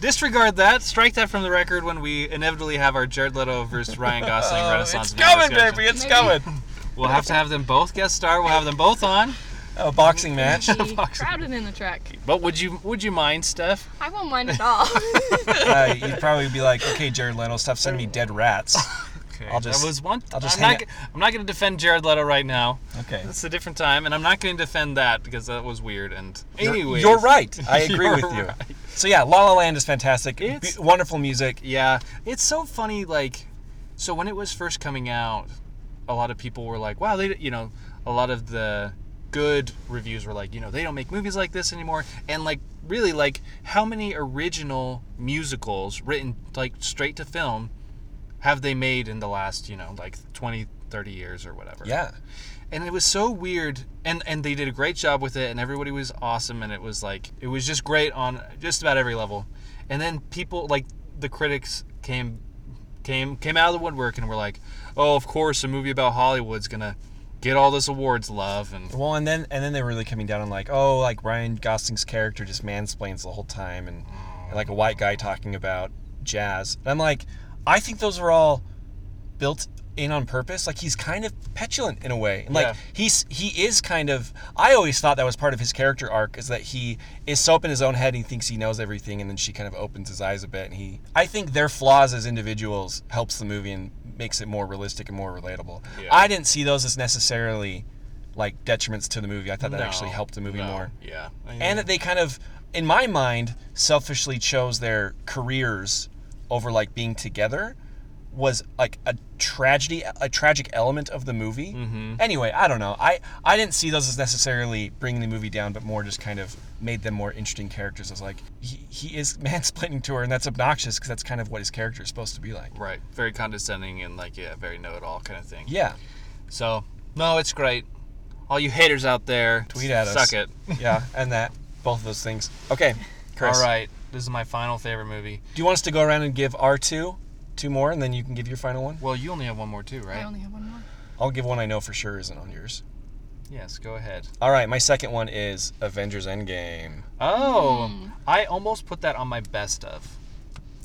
S1: disregard that. Strike that from the record when we inevitably have our Jared Leto versus Ryan Gosling Renaissance.
S2: Oh, it's
S1: Man
S2: coming,
S1: discussion.
S2: baby. It's
S3: Maybe.
S2: coming.
S1: We'll have to have them both guest star. We'll have them both on.
S2: A Oh, boxing match.
S3: Be
S1: Boxing.
S3: crowded in the track.
S1: But would you would you mind, Steph?
S3: I won't mind at all.
S2: Uh, you'd probably be like, okay, Jared Leto, stop sending me dead rats.
S1: Okay,
S2: I'll just-
S1: that was one.
S2: I'll just
S1: I'm
S2: hang
S1: not.
S2: it.
S1: g- I'm not going to defend Jared Leto right now.
S2: Okay.
S1: It's a different time, and I'm not going to defend that because that was weird. And
S2: You're,
S1: anyway,
S2: you're right. I agree
S1: You're
S2: with you.
S1: right.
S2: So yeah, La La Land is fantastic. Be-
S1: It's-
S2: wonderful music.
S1: Yeah, it's so funny. Like, so when it was first coming out, a lot of people were like, "Wow, they," you know, a lot of the good reviews were like, "You know, they don't make movies like this anymore." And like, really, like, how many original musicals written like straight to film have they made in the last, you know, like 20, 30 years or whatever?
S2: Yeah.
S1: and it was so weird and and they did a great job with it and everybody was awesome and it was like it was just great on just about every level and then people like the critics came came came out of the woodwork and were like oh of course a movie about hollywood's gonna get all this awards love and
S2: Well, and then and then they were really coming down on like, oh, like Ryan Gosling's character just mansplains the whole time, and, and like a white guy talking about jazz. And I'm like, I think those are all built in on purpose. Like he's kind of petulant in a way, and like
S1: Yeah.
S2: he's he is kind of. I always thought that was part of his character arc is that he is so up in his own head and he thinks he knows everything, and then she kind of opens his eyes a bit, and he. I think their flaws as individuals helps the movie and makes it more realistic and more relatable.
S1: Yeah.
S2: I didn't see those as necessarily like detriments to the movie. I thought that
S1: No,
S2: actually helped the movie
S1: no,
S2: more.
S1: yeah
S2: And that they kind of, in my mind, selfishly chose their careers over like being together was like a tragedy, a tragic element of the movie. Mm-hmm. Anyway, I don't know. I I didn't see those as necessarily bringing the movie down, but more just kind of made them more interesting characters. I was like, he, he is mansplaining to her, and that's obnoxious because that's kind of what his character is supposed to be like.
S1: right very condescending and like yeah very know-it-all kind of thing
S2: Yeah,
S1: so no it's great all you haters out there
S2: tweet at us.
S1: suck it
S2: yeah, and that both of those things. Okay, Chris.
S1: all right this is my final favorite movie
S2: Do you want us to go around and give our two, two more, and then you can give your final one?
S1: well you only have one more too right
S3: I only have one more.
S2: I'll give one I know for sure isn't on yours.
S1: yes go ahead
S2: All right, my second one is Avengers Endgame.
S1: Oh,
S3: Hmm.
S1: I almost put that on my best of,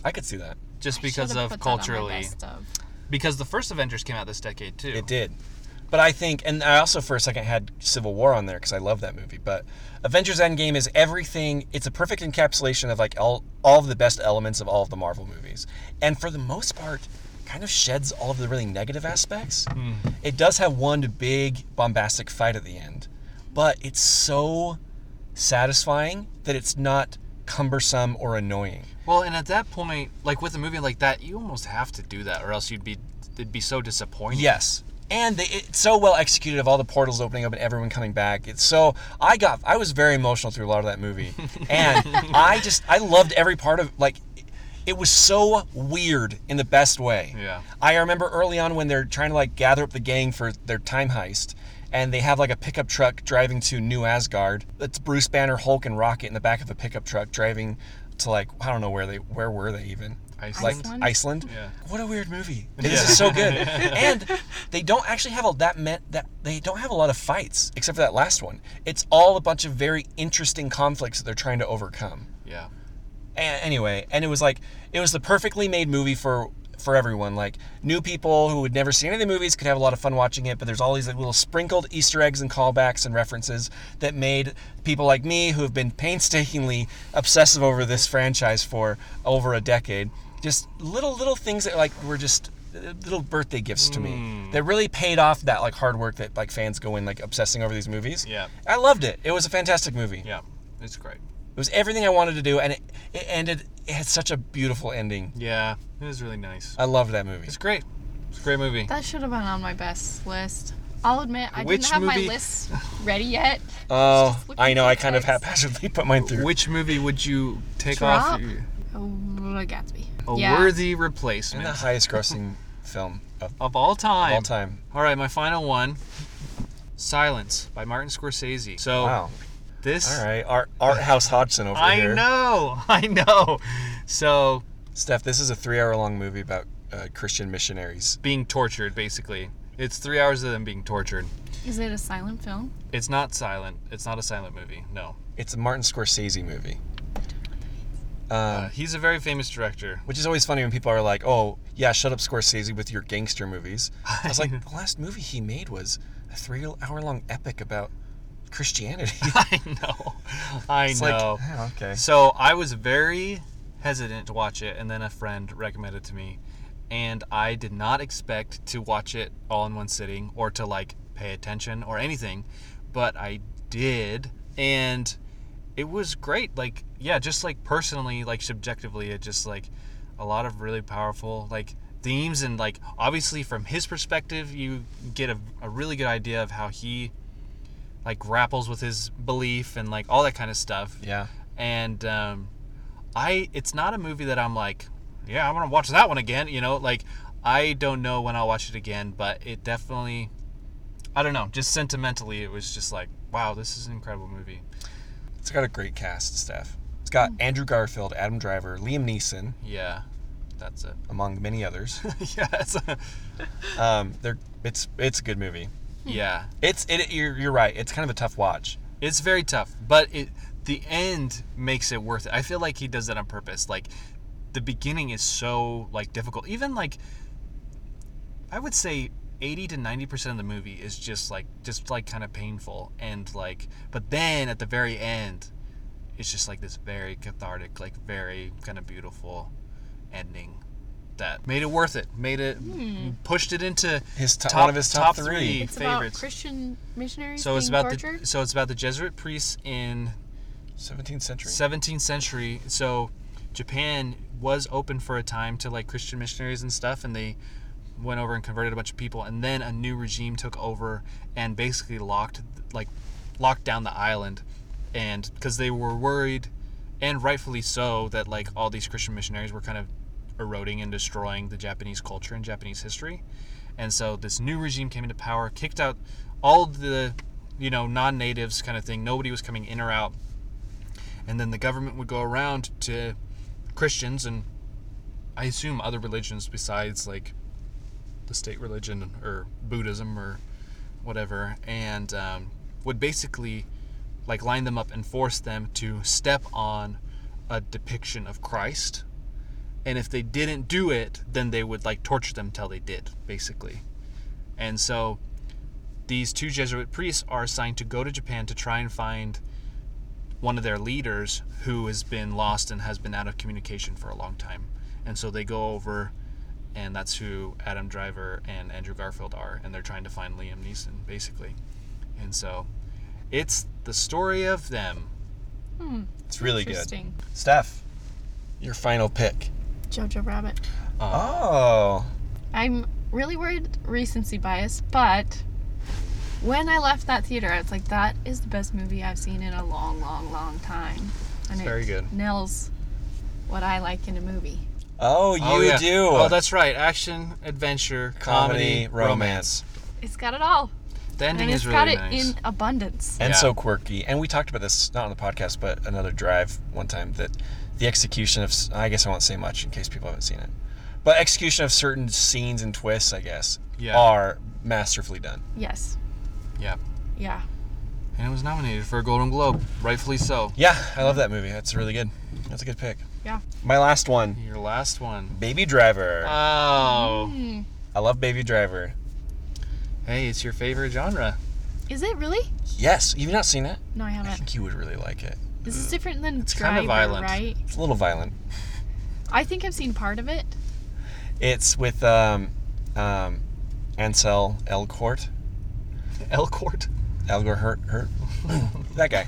S2: I could see that.
S1: just
S3: I
S1: because
S3: should've
S1: of
S3: put that on my
S1: culturally.
S3: best of.
S1: Because the first Avengers came out this decade too.
S2: It did. But I think, and I also for a second had Civil War on there because I love that movie. But Avengers Endgame is everything. It's a perfect encapsulation of like all, all of the best elements of all of the Marvel movies. And for the most part, kind of sheds all of the really negative aspects. It does have one big bombastic fight at the end, but it's so satisfying that it's not cumbersome or annoying.
S1: Well, and at that point, like with a movie like that, you almost have to do that, or else you'd be it'd be so disappointing.
S2: Yes. And they, it's so well executed of all the portals opening up and everyone coming back. It's so I got I was very emotional through a lot of that movie, and I just I loved every part of like it was so weird in the best way.
S1: Yeah.
S2: I remember early on when they're trying to like gather up the gang for their time heist, and they have like a pickup truck driving to New Asgard. It's Bruce Banner, Hulk, and Rocket in the back of a pickup truck driving to like I don't know where they where were they even.
S1: Iceland.
S2: like
S3: Iceland?
S2: Iceland.
S1: Yeah.
S2: What a weird movie!
S1: Yeah.
S2: This is so good, and they don't actually have all that meant that they don't have a lot of fights except for that last one. It's all a bunch of very interesting conflicts that they're trying to overcome.
S1: Yeah.
S2: And anyway, and it was like it was the perfectly made movie for for everyone. Like new people who would never see any of the movies could have a lot of fun watching it. But there's all these like, little sprinkled Easter eggs and callbacks and references that made people like me who have been painstakingly obsessive over this franchise for over a decade. Just little little things that like were just uh, little birthday gifts to me that really paid off that like hard work that like fans go in like obsessing over these movies.
S1: Yeah.
S2: I loved it. It was a fantastic movie.
S1: Yeah. It's great.
S2: It was everything I wanted to do, and it, it ended. It had such a beautiful ending.
S1: Yeah. It was really nice.
S2: I loved that movie.
S1: It's great. It's a great movie.
S3: That should have been on my best list. I'll admit I
S1: Which
S3: didn't have
S1: movie-
S3: my list ready yet.
S2: Oh,
S3: Just looking
S2: I know. I
S3: for
S2: kind of
S3: text.
S2: haphazardly put mine through.
S1: Which movie would you take off?
S3: Drop.
S1: your-
S3: Oh, Gatsby.
S1: A
S3: yeah.
S1: worthy
S2: And the
S1: replacement
S2: highest grossing film of
S1: of all time.
S2: all time.
S1: All right, my final one. Silence by Martin Scorsese. So
S2: Wow.
S1: this
S2: All right, art, art house Hodgson over
S1: I
S2: here.
S1: know. I know. So
S2: Steph, this is a three-hour-long movie about uh, Christian missionaries.
S1: being tortured basically. It's 3 hours of them being tortured.
S3: Is it a silent film?
S1: It's not silent. It's not a silent movie. No.
S2: It's a Martin Scorsese movie.
S1: Uh,
S2: Um,
S1: he's a very famous director.
S2: which is always funny when people are like, "Oh, yeah, shut up, Scorsese, with your gangster movies." I was like, "The last movie he made was a three-hour-long epic about Christianity."
S1: I know. I
S2: It's like,
S1: know.
S2: "Oh, okay.
S1: So I was very hesitant to watch it, and then a friend recommended it to me, and I did not expect to watch it all in one sitting or to like pay attention or anything, but I did, and it was great. Like, yeah, just like personally, like subjectively, it just like a lot of really powerful like themes and like obviously from his perspective you get a, a really good idea of how he like grapples with his belief and like all that kind of stuff
S2: Yeah.
S1: and um, I it's not a movie that I'm like, yeah, I'm gonna watch that one again. You know, like I don't know when I'll watch it again, but it definitely, I don't know, just sentimentally, it was just like, wow, this is an incredible movie.
S2: It's got a great cast, Steph. It's got Andrew Garfield, Adam Driver, Liam Neeson,
S1: Yeah, that's it.
S2: among many others.
S1: yeah, it's a-
S2: um, they're, it's it's a good movie.
S1: yeah,
S2: It's it. You're, you're right. It's kind of a tough watch.
S1: it's very tough, but it the end makes it worth it. I feel like he does that on purpose. Like the beginning is so like difficult. Even like I would say 80 to 90% of the movie is just like just like kind of painful and like but then at the very end it's just like this very cathartic like very kind of beautiful ending that made it worth it made it
S3: Hmm.
S1: pushed it into
S2: His to-
S1: top,
S2: one of his top
S1: three,
S2: three.
S3: It's about
S1: favorites
S3: Christian missionaries
S1: so
S3: being
S1: it's about
S3: tortured.
S1: the so it's about the Jesuit priests in
S2: 17th century.
S1: 17th century. So Japan was open for a time to like Christian missionaries and stuff, and they went over and converted a bunch of people. And then a new regime took over and basically locked like locked down the island, and because they were worried, and rightfully so, that like all these Christian missionaries were kind of eroding and destroying the Japanese culture and Japanese history. And so this new regime came into power, kicked out all the you know non-natives kind of thing. Nobody was coming in or out and then the government would go around to Christians and I assume other religions besides like the state religion or Buddhism or whatever, and um, would basically like line them up and force them to step on a depiction of Christ. And if they didn't do it, then they would like torture them till they did, basically. And so these two Jesuit priests are assigned to go to Japan to try and find one of their leaders who has been lost and has been out of communication for a long time. And so they go over, and that's who Adam Driver and Andrew Garfield are, and they're trying to find Liam Neeson, basically. And so it's the story of them.
S2: It's really good.
S3: Interesting.
S2: Steph, your final pick.
S3: Jojo Rabbit.
S2: Oh,
S3: I'm really worried recency bias, but when I left that theater, I was like, that is the best movie I've seen in a long, long, long time. And it
S1: very good.
S3: nails what I like in a movie.
S2: oh, you
S1: yeah.
S2: do.
S1: Oh, that's right. Action, adventure, comedy,
S2: Comedy, romance.
S3: It's got it all.
S1: The ending
S3: and it's
S1: is really
S3: got it
S1: nice.
S3: in abundance.
S2: and
S1: Yeah.
S2: so quirky. And we talked about this not on the podcast, but another drive one time that the execution of s- I guess I won't say much in case people haven't seen it, but execution of certain scenes and twists I guess
S1: Yeah.
S2: are masterfully done.
S3: Yes.
S1: Yeah.
S3: Yeah.
S1: And it was nominated for a Golden Globe, rightfully so.
S2: Yeah, I love that movie. That's really good. That's a good pick.
S3: Yeah.
S2: My last one,
S1: Your last one.
S2: Baby Driver.
S1: Oh.
S3: Mm.
S2: I love Baby Driver.
S1: Hey, it's your favorite genre.
S3: Is it really?
S2: Yes, you've not seen it.
S3: No, I
S1: Uh-huh.
S2: I
S3: haven't.
S2: think you would really like it.
S3: This is different than
S1: Uh, It's
S3: Driver,
S1: kinda violent.
S3: right?
S2: It's a little violent.
S3: I think I've seen part of it.
S2: It's with um, um, Ansel Elgort.
S1: Elcourt.
S2: Elgort Hurt Hurt. that guy.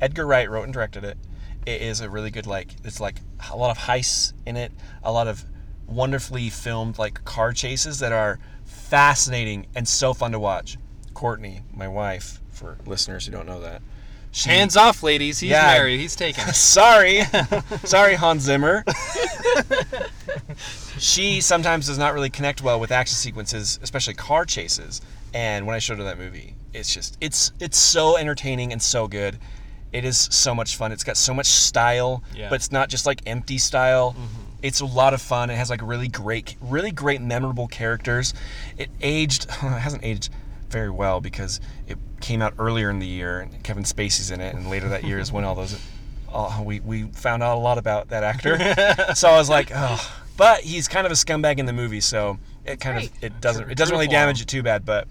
S2: Edgar Wright wrote and directed it. It is a really good like. It's like a lot of heists in it. A lot of wonderfully filmed like car chases that are fascinating and so fun to watch. Courtney, my wife, for listeners who don't know that. She,
S1: Hands off, ladies. He's
S2: Yeah.
S1: married. He's taken.
S2: Sorry. Sorry, Hans Zimmer. she sometimes does not really connect well with action sequences, especially car chases. And when I showed her that movie, it's just it's it's so entertaining and so good. It is so much fun. It's got so much style,
S1: Yeah.
S2: but it's not just like empty style.
S1: Mm-hmm.
S2: It's a lot of fun. It has like really great, really great, memorable characters. It aged, it hasn't aged very well because it came out earlier in the year, and Kevin Spacey's in it, and later that year is when all those, oh, we we found out a lot about that actor. so I was like, oh, but he's kind of a scumbag in the movie, so it kind
S3: great.
S2: of it doesn't
S1: True-
S2: it doesn't
S1: true
S2: really
S1: form.
S2: damage it too bad. But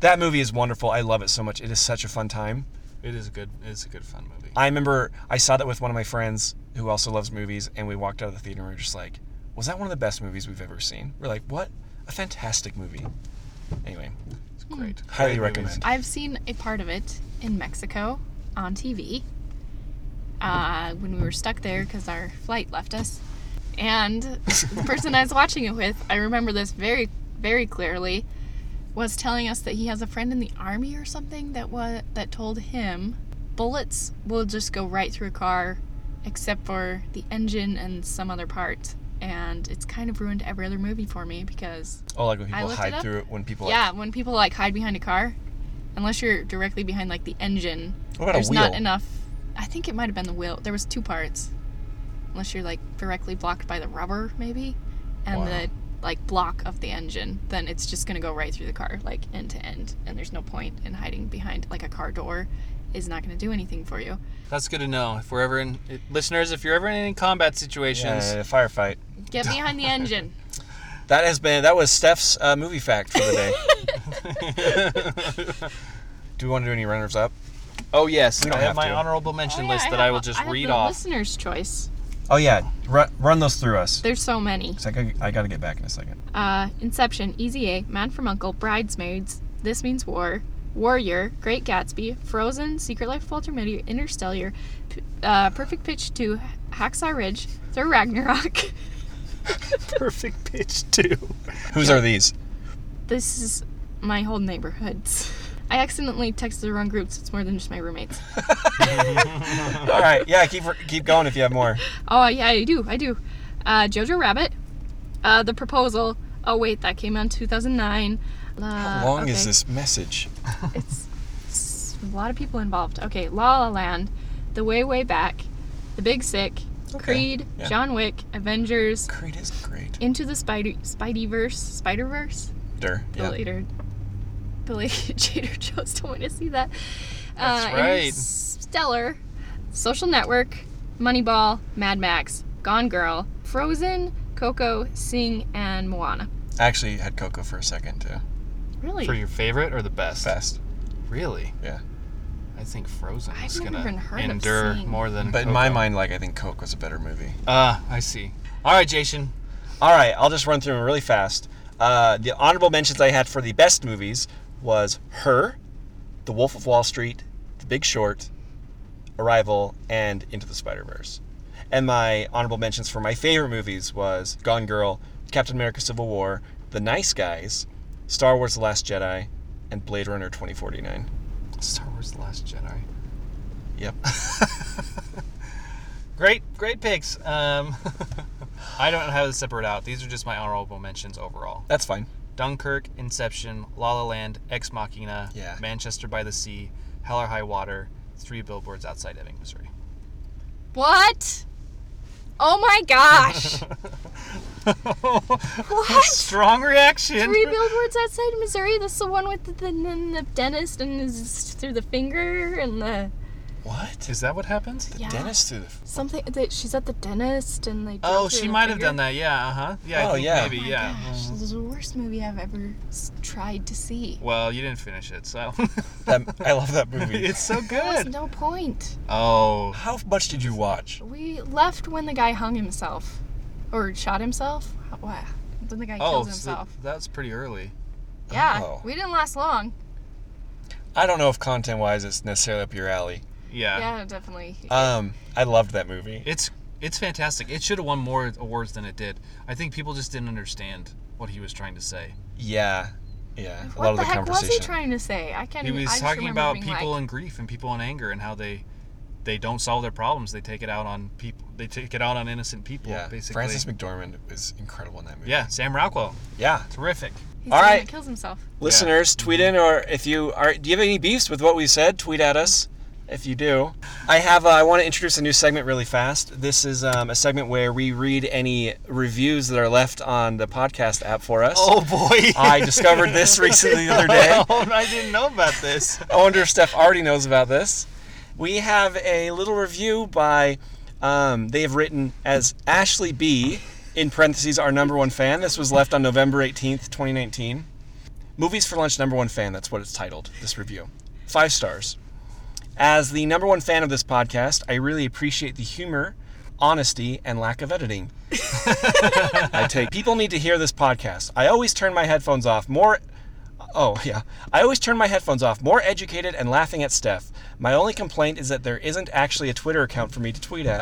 S2: that movie is wonderful. I love it so much. It is such a fun time.
S1: It is a good. It's a good fun movie.
S2: I remember I saw that with one of my friends who also loves movies, and we walked out of the theater and we were just like, "Was that one of the best movies we've ever seen?" We're like, "What? A fantastic movie!" Anyway,
S1: It's great.
S2: highly
S1: Great movies.
S2: recommend.
S3: I've seen a part of it in Mexico on TV uh, when we were stuck there because our flight left us. And the person I was watching it with, I remember this very, very clearly, was telling us that he has a friend in the army or something that was that told him bullets will just go right through a car, except for the engine and some other part. And it's kind of ruined every other movie for me because
S2: Oh, like when
S3: I
S2: people
S3: looked it
S2: hide
S3: up.
S2: through it. When people,
S3: yeah, when people like hide behind a car, unless you're directly behind like the engine,
S2: like, what about
S3: there's
S2: a wheel?
S3: not enough. I think it might have been the wheel. There was two parts, unless you're like directly blocked by the rubber maybe, and
S2: Wow.
S3: the like block of the engine. Then it's just gonna go right through the car, like end to end, and there's no point in hiding behind like a car door. Is not gonna do anything for you.
S1: That's good to know. If we're ever in it- listeners, if you're ever in any combat situations,
S2: Yeah, a firefight.
S3: Get behind the engine.
S2: That has been that was Steph's uh, movie fact for the day. do we want to do any runners up?
S1: oh yes,
S2: We don't
S1: I have,
S2: have
S1: my
S2: to.
S1: honorable mention
S3: Oh, yeah,
S1: list that I
S3: have
S1: will
S3: a-
S1: just
S3: I have
S1: read
S3: the
S1: off.
S3: Listener's choice.
S2: Oh yeah, run, run those through us.
S3: There's so many.
S2: 'Cause I gotta, I gotta get back in a second.
S3: uh, Inception, Easy A, Man from Uncle, Bridesmaids, This Means War, Warrior, Great Gatsby, Frozen, Secret Life of Walter Mitty, Interstellar, P- uh, Perfect Pitch 2, Hacksaw Ridge, Thor Ragnarok.
S1: Perfect pitch too.
S2: Whose are these?
S3: this is my whole neighborhoods. I accidentally texted the wrong groups. It's more than just my roommates.
S2: All right, yeah, keep keep going if you have more.
S3: Oh yeah, I do. I do. Uh, Jojo Rabbit, uh, The Proposal. Oh wait, that came out in 2009. Uh,
S2: How long is
S3: okay.
S2: this message?
S3: it's, it's a lot of people involved. Okay, La La Land, The Way Way Back, The Big Sick, Creed,
S2: yeah.
S3: John Wick, Avengers,
S2: Creed is great.
S3: Into the Spider Spideyverse, Spiderverse.
S2: Der.
S3: The later, the later Jader chose to want to see that. Uh,
S1: That's right.
S3: Stellar, Social Network, Moneyball, Mad Max, Gone Girl, Frozen, Coco, Sing, and Moana.
S2: I actually had Coco for a second too.
S3: Really?
S1: For your favorite or the best?
S2: Fast.
S1: Really?
S2: Yeah.
S1: I think Frozen
S3: I've
S1: is
S3: never
S1: gonna
S3: even heard of
S1: endure
S3: Sing.
S1: more than.
S2: But in my
S1: Coco.
S2: mind, like I think Coke was a better movie.
S1: Ah, I see. All right, Jason.
S2: All right, I'll just run through them really fast. Uh, the honorable mentions I had for the best movies was Her, The Wolf of Wall Street, The Big Short, Arrival, and Into the Spider Verse. And my honorable mentions for my favorite movies was Gone Girl, Captain America: Civil War, The Nice Guys, Star Wars: The Last Jedi, and Blade Runner 2049.
S1: Star Wars: The Last Jedi.
S2: Yep.
S1: Great, great picks. Um, I don't know how to separate out. These are just my honorable mentions overall.
S2: That's fine.
S1: Dunkirk, Inception, La La Land, Ex Machina,
S2: Yeah.
S1: Manchester by the Sea, Hell or High Water, Three Billboards Outside Ebbing, Missouri.
S3: what? Oh my gosh! What?
S1: Strong reaction.
S3: Three billboards outside Missouri. That's the one with the, the, and the dentist and his, through the finger and the
S2: What?
S1: Is that what happens?
S3: yeah
S2: Dennis through the. f-
S3: something. That she's at the dentist and they. drill
S1: Oh,
S3: through
S1: she
S3: her
S1: might have
S3: finger.
S1: done that. Yeah. Uh huh. Yeah.
S2: Oh,
S1: I think
S2: yeah.
S1: Maybe.
S3: Oh my
S1: yeah.
S3: Gosh, this is the worst movie I've ever s- tried to see.
S1: Well, you didn't finish it, so
S2: That, I love that movie.
S1: it's so
S3: There was
S1: good.
S3: no point.
S1: Oh,
S2: How much did you watch?
S3: We left when the guy hung himself, or shot himself. How- Wow. Then the guy
S1: oh,
S3: kills
S1: so
S3: himself.
S1: that was pretty early.
S3: yeah,
S2: Oh.
S3: we didn't last long.
S2: I don't know if content wise it's necessarily up your alley.
S1: Yeah.
S3: Yeah, definitely.
S2: Um, I loved that movie.
S1: it's it's fantastic. It should have won more awards than it did. I think people just didn't understand what he was trying to say.
S2: Yeah, yeah. a lot
S3: what
S2: of
S3: the
S2: the,
S3: heck was
S2: conversation.
S3: he trying to say? I can't.
S1: He
S3: even-
S1: was
S3: I just
S1: talking
S3: remember
S1: about
S3: being
S1: people
S3: like,
S1: in grief and people in anger and how they they don't solve their problems. They take it out on people. They take it out on innocent people.
S2: yeah,
S1: basically.
S2: Francis McDormand is incredible in that movie.
S1: yeah, Sam Rockwell,
S2: yeah.
S1: terrific.
S3: He's
S2: All
S3: the one
S2: right.
S3: that kills himself.
S2: Listeners, tweet in, or if you are, do you have any beefs with what we said? Tweet at us if you do. I have. Uh, I want to introduce a new segment really fast. This is um, a segment where we read any reviews that are left on the podcast app for us.
S1: Oh. boy!
S2: I discovered this recently the other day.
S1: I didn't know about this.
S2: I wonder if Steph already knows about this. We have a little review by, um, they have written as Ashley B, in parentheses, our number one fan. This was left on November 18th, 2019. Movies for Lunch, number one fan, that's what it's titled, this review. Five stars. As the number one fan of this podcast, I really appreciate the humor, honesty, and lack of editing. I take people need to hear this podcast. I always turn my headphones off more Oh, yeah. I always turn my headphones off, more educated and laughing at Steph. My only complaint is that there isn't actually a Twitter account for me to tweet at.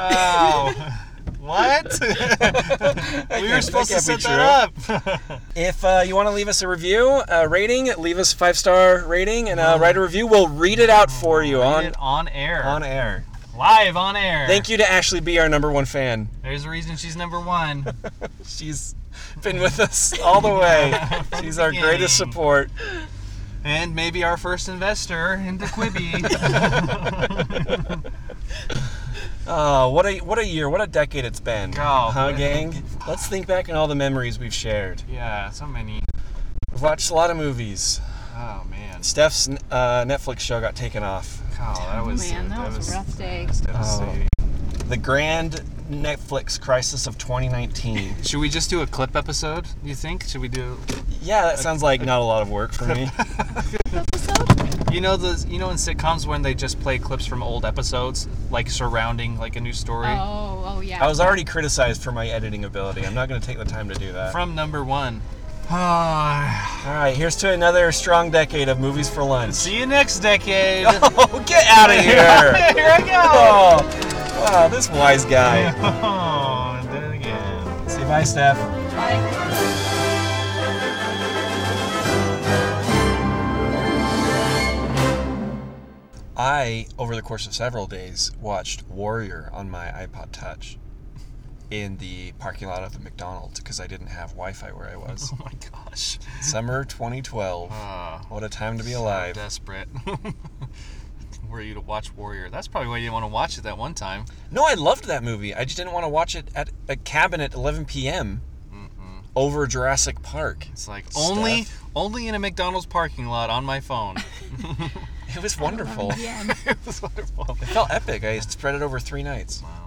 S1: Uh, Wow. What? we were
S2: that
S1: supposed to
S2: can't
S1: set
S2: be
S1: that up.
S2: if uh, you want to leave us a review, a rating, leave us a five star rating and uh, write a review. We'll read it out for you on,
S1: Did on air.
S2: on air.
S1: Live on air.
S2: Thank you to Ashley B., our number one fan.
S1: There's a reason she's number one.
S2: She's been with us all the way. She's our greatest
S1: Beginning.
S2: support.
S1: and maybe our first investor into Quibi.
S2: Oh, what a what a year, what a decade it's been.
S1: Oh,
S2: huh,
S1: man.
S2: gang? Let's think back on all the memories we've shared.
S1: yeah, so many.
S2: We've watched a lot of movies.
S1: Oh, man.
S2: Steph's uh, Netflix show got taken off.
S1: God, that was,
S3: Oh, Man, that was a rough day.
S1: that was devastating.
S2: The grand Netflix crisis of 2019.
S1: Should we just do a clip episode, you think? Should we do
S2: yeah, that sounds like not a lot of work for me.
S3: Episode?
S1: You know the you know in sitcoms when they just play clips from old episodes like surrounding like a new story?
S3: Oh, oh yeah.
S2: I was already criticized for my editing ability. I'm not going to take the time to do that.
S1: From number 1. Ah,
S2: All right, here's to another strong decade of movies for lunch.
S1: See you next decade.
S2: Oh, get out of here!
S1: Here I go.
S2: Oh, wow, this wise guy.
S1: Oh, and then again.
S2: Say bye, Steph.
S3: Bye.
S2: I, over the course of several days, watched Warrior on my iPod Touch in the parking lot of the McDonald's because I didn't have Wi Fi where I was.
S1: Oh my gosh.
S2: Summer 2012.
S1: Ah,
S2: What a time to be alive.
S1: desperate. Were you to watch Warrior? That's probably why you didn't want to watch it that one time.
S2: No, I loved that movie. I just didn't want to watch it at a cabin at 11 p.m. over Jurassic Park.
S1: It's like only only in a McDonald's parking lot on my phone.
S2: It was wonderful.
S3: Yeah.
S1: it was wonderful.
S2: It felt epic. I spread it over three nights.
S1: Wow.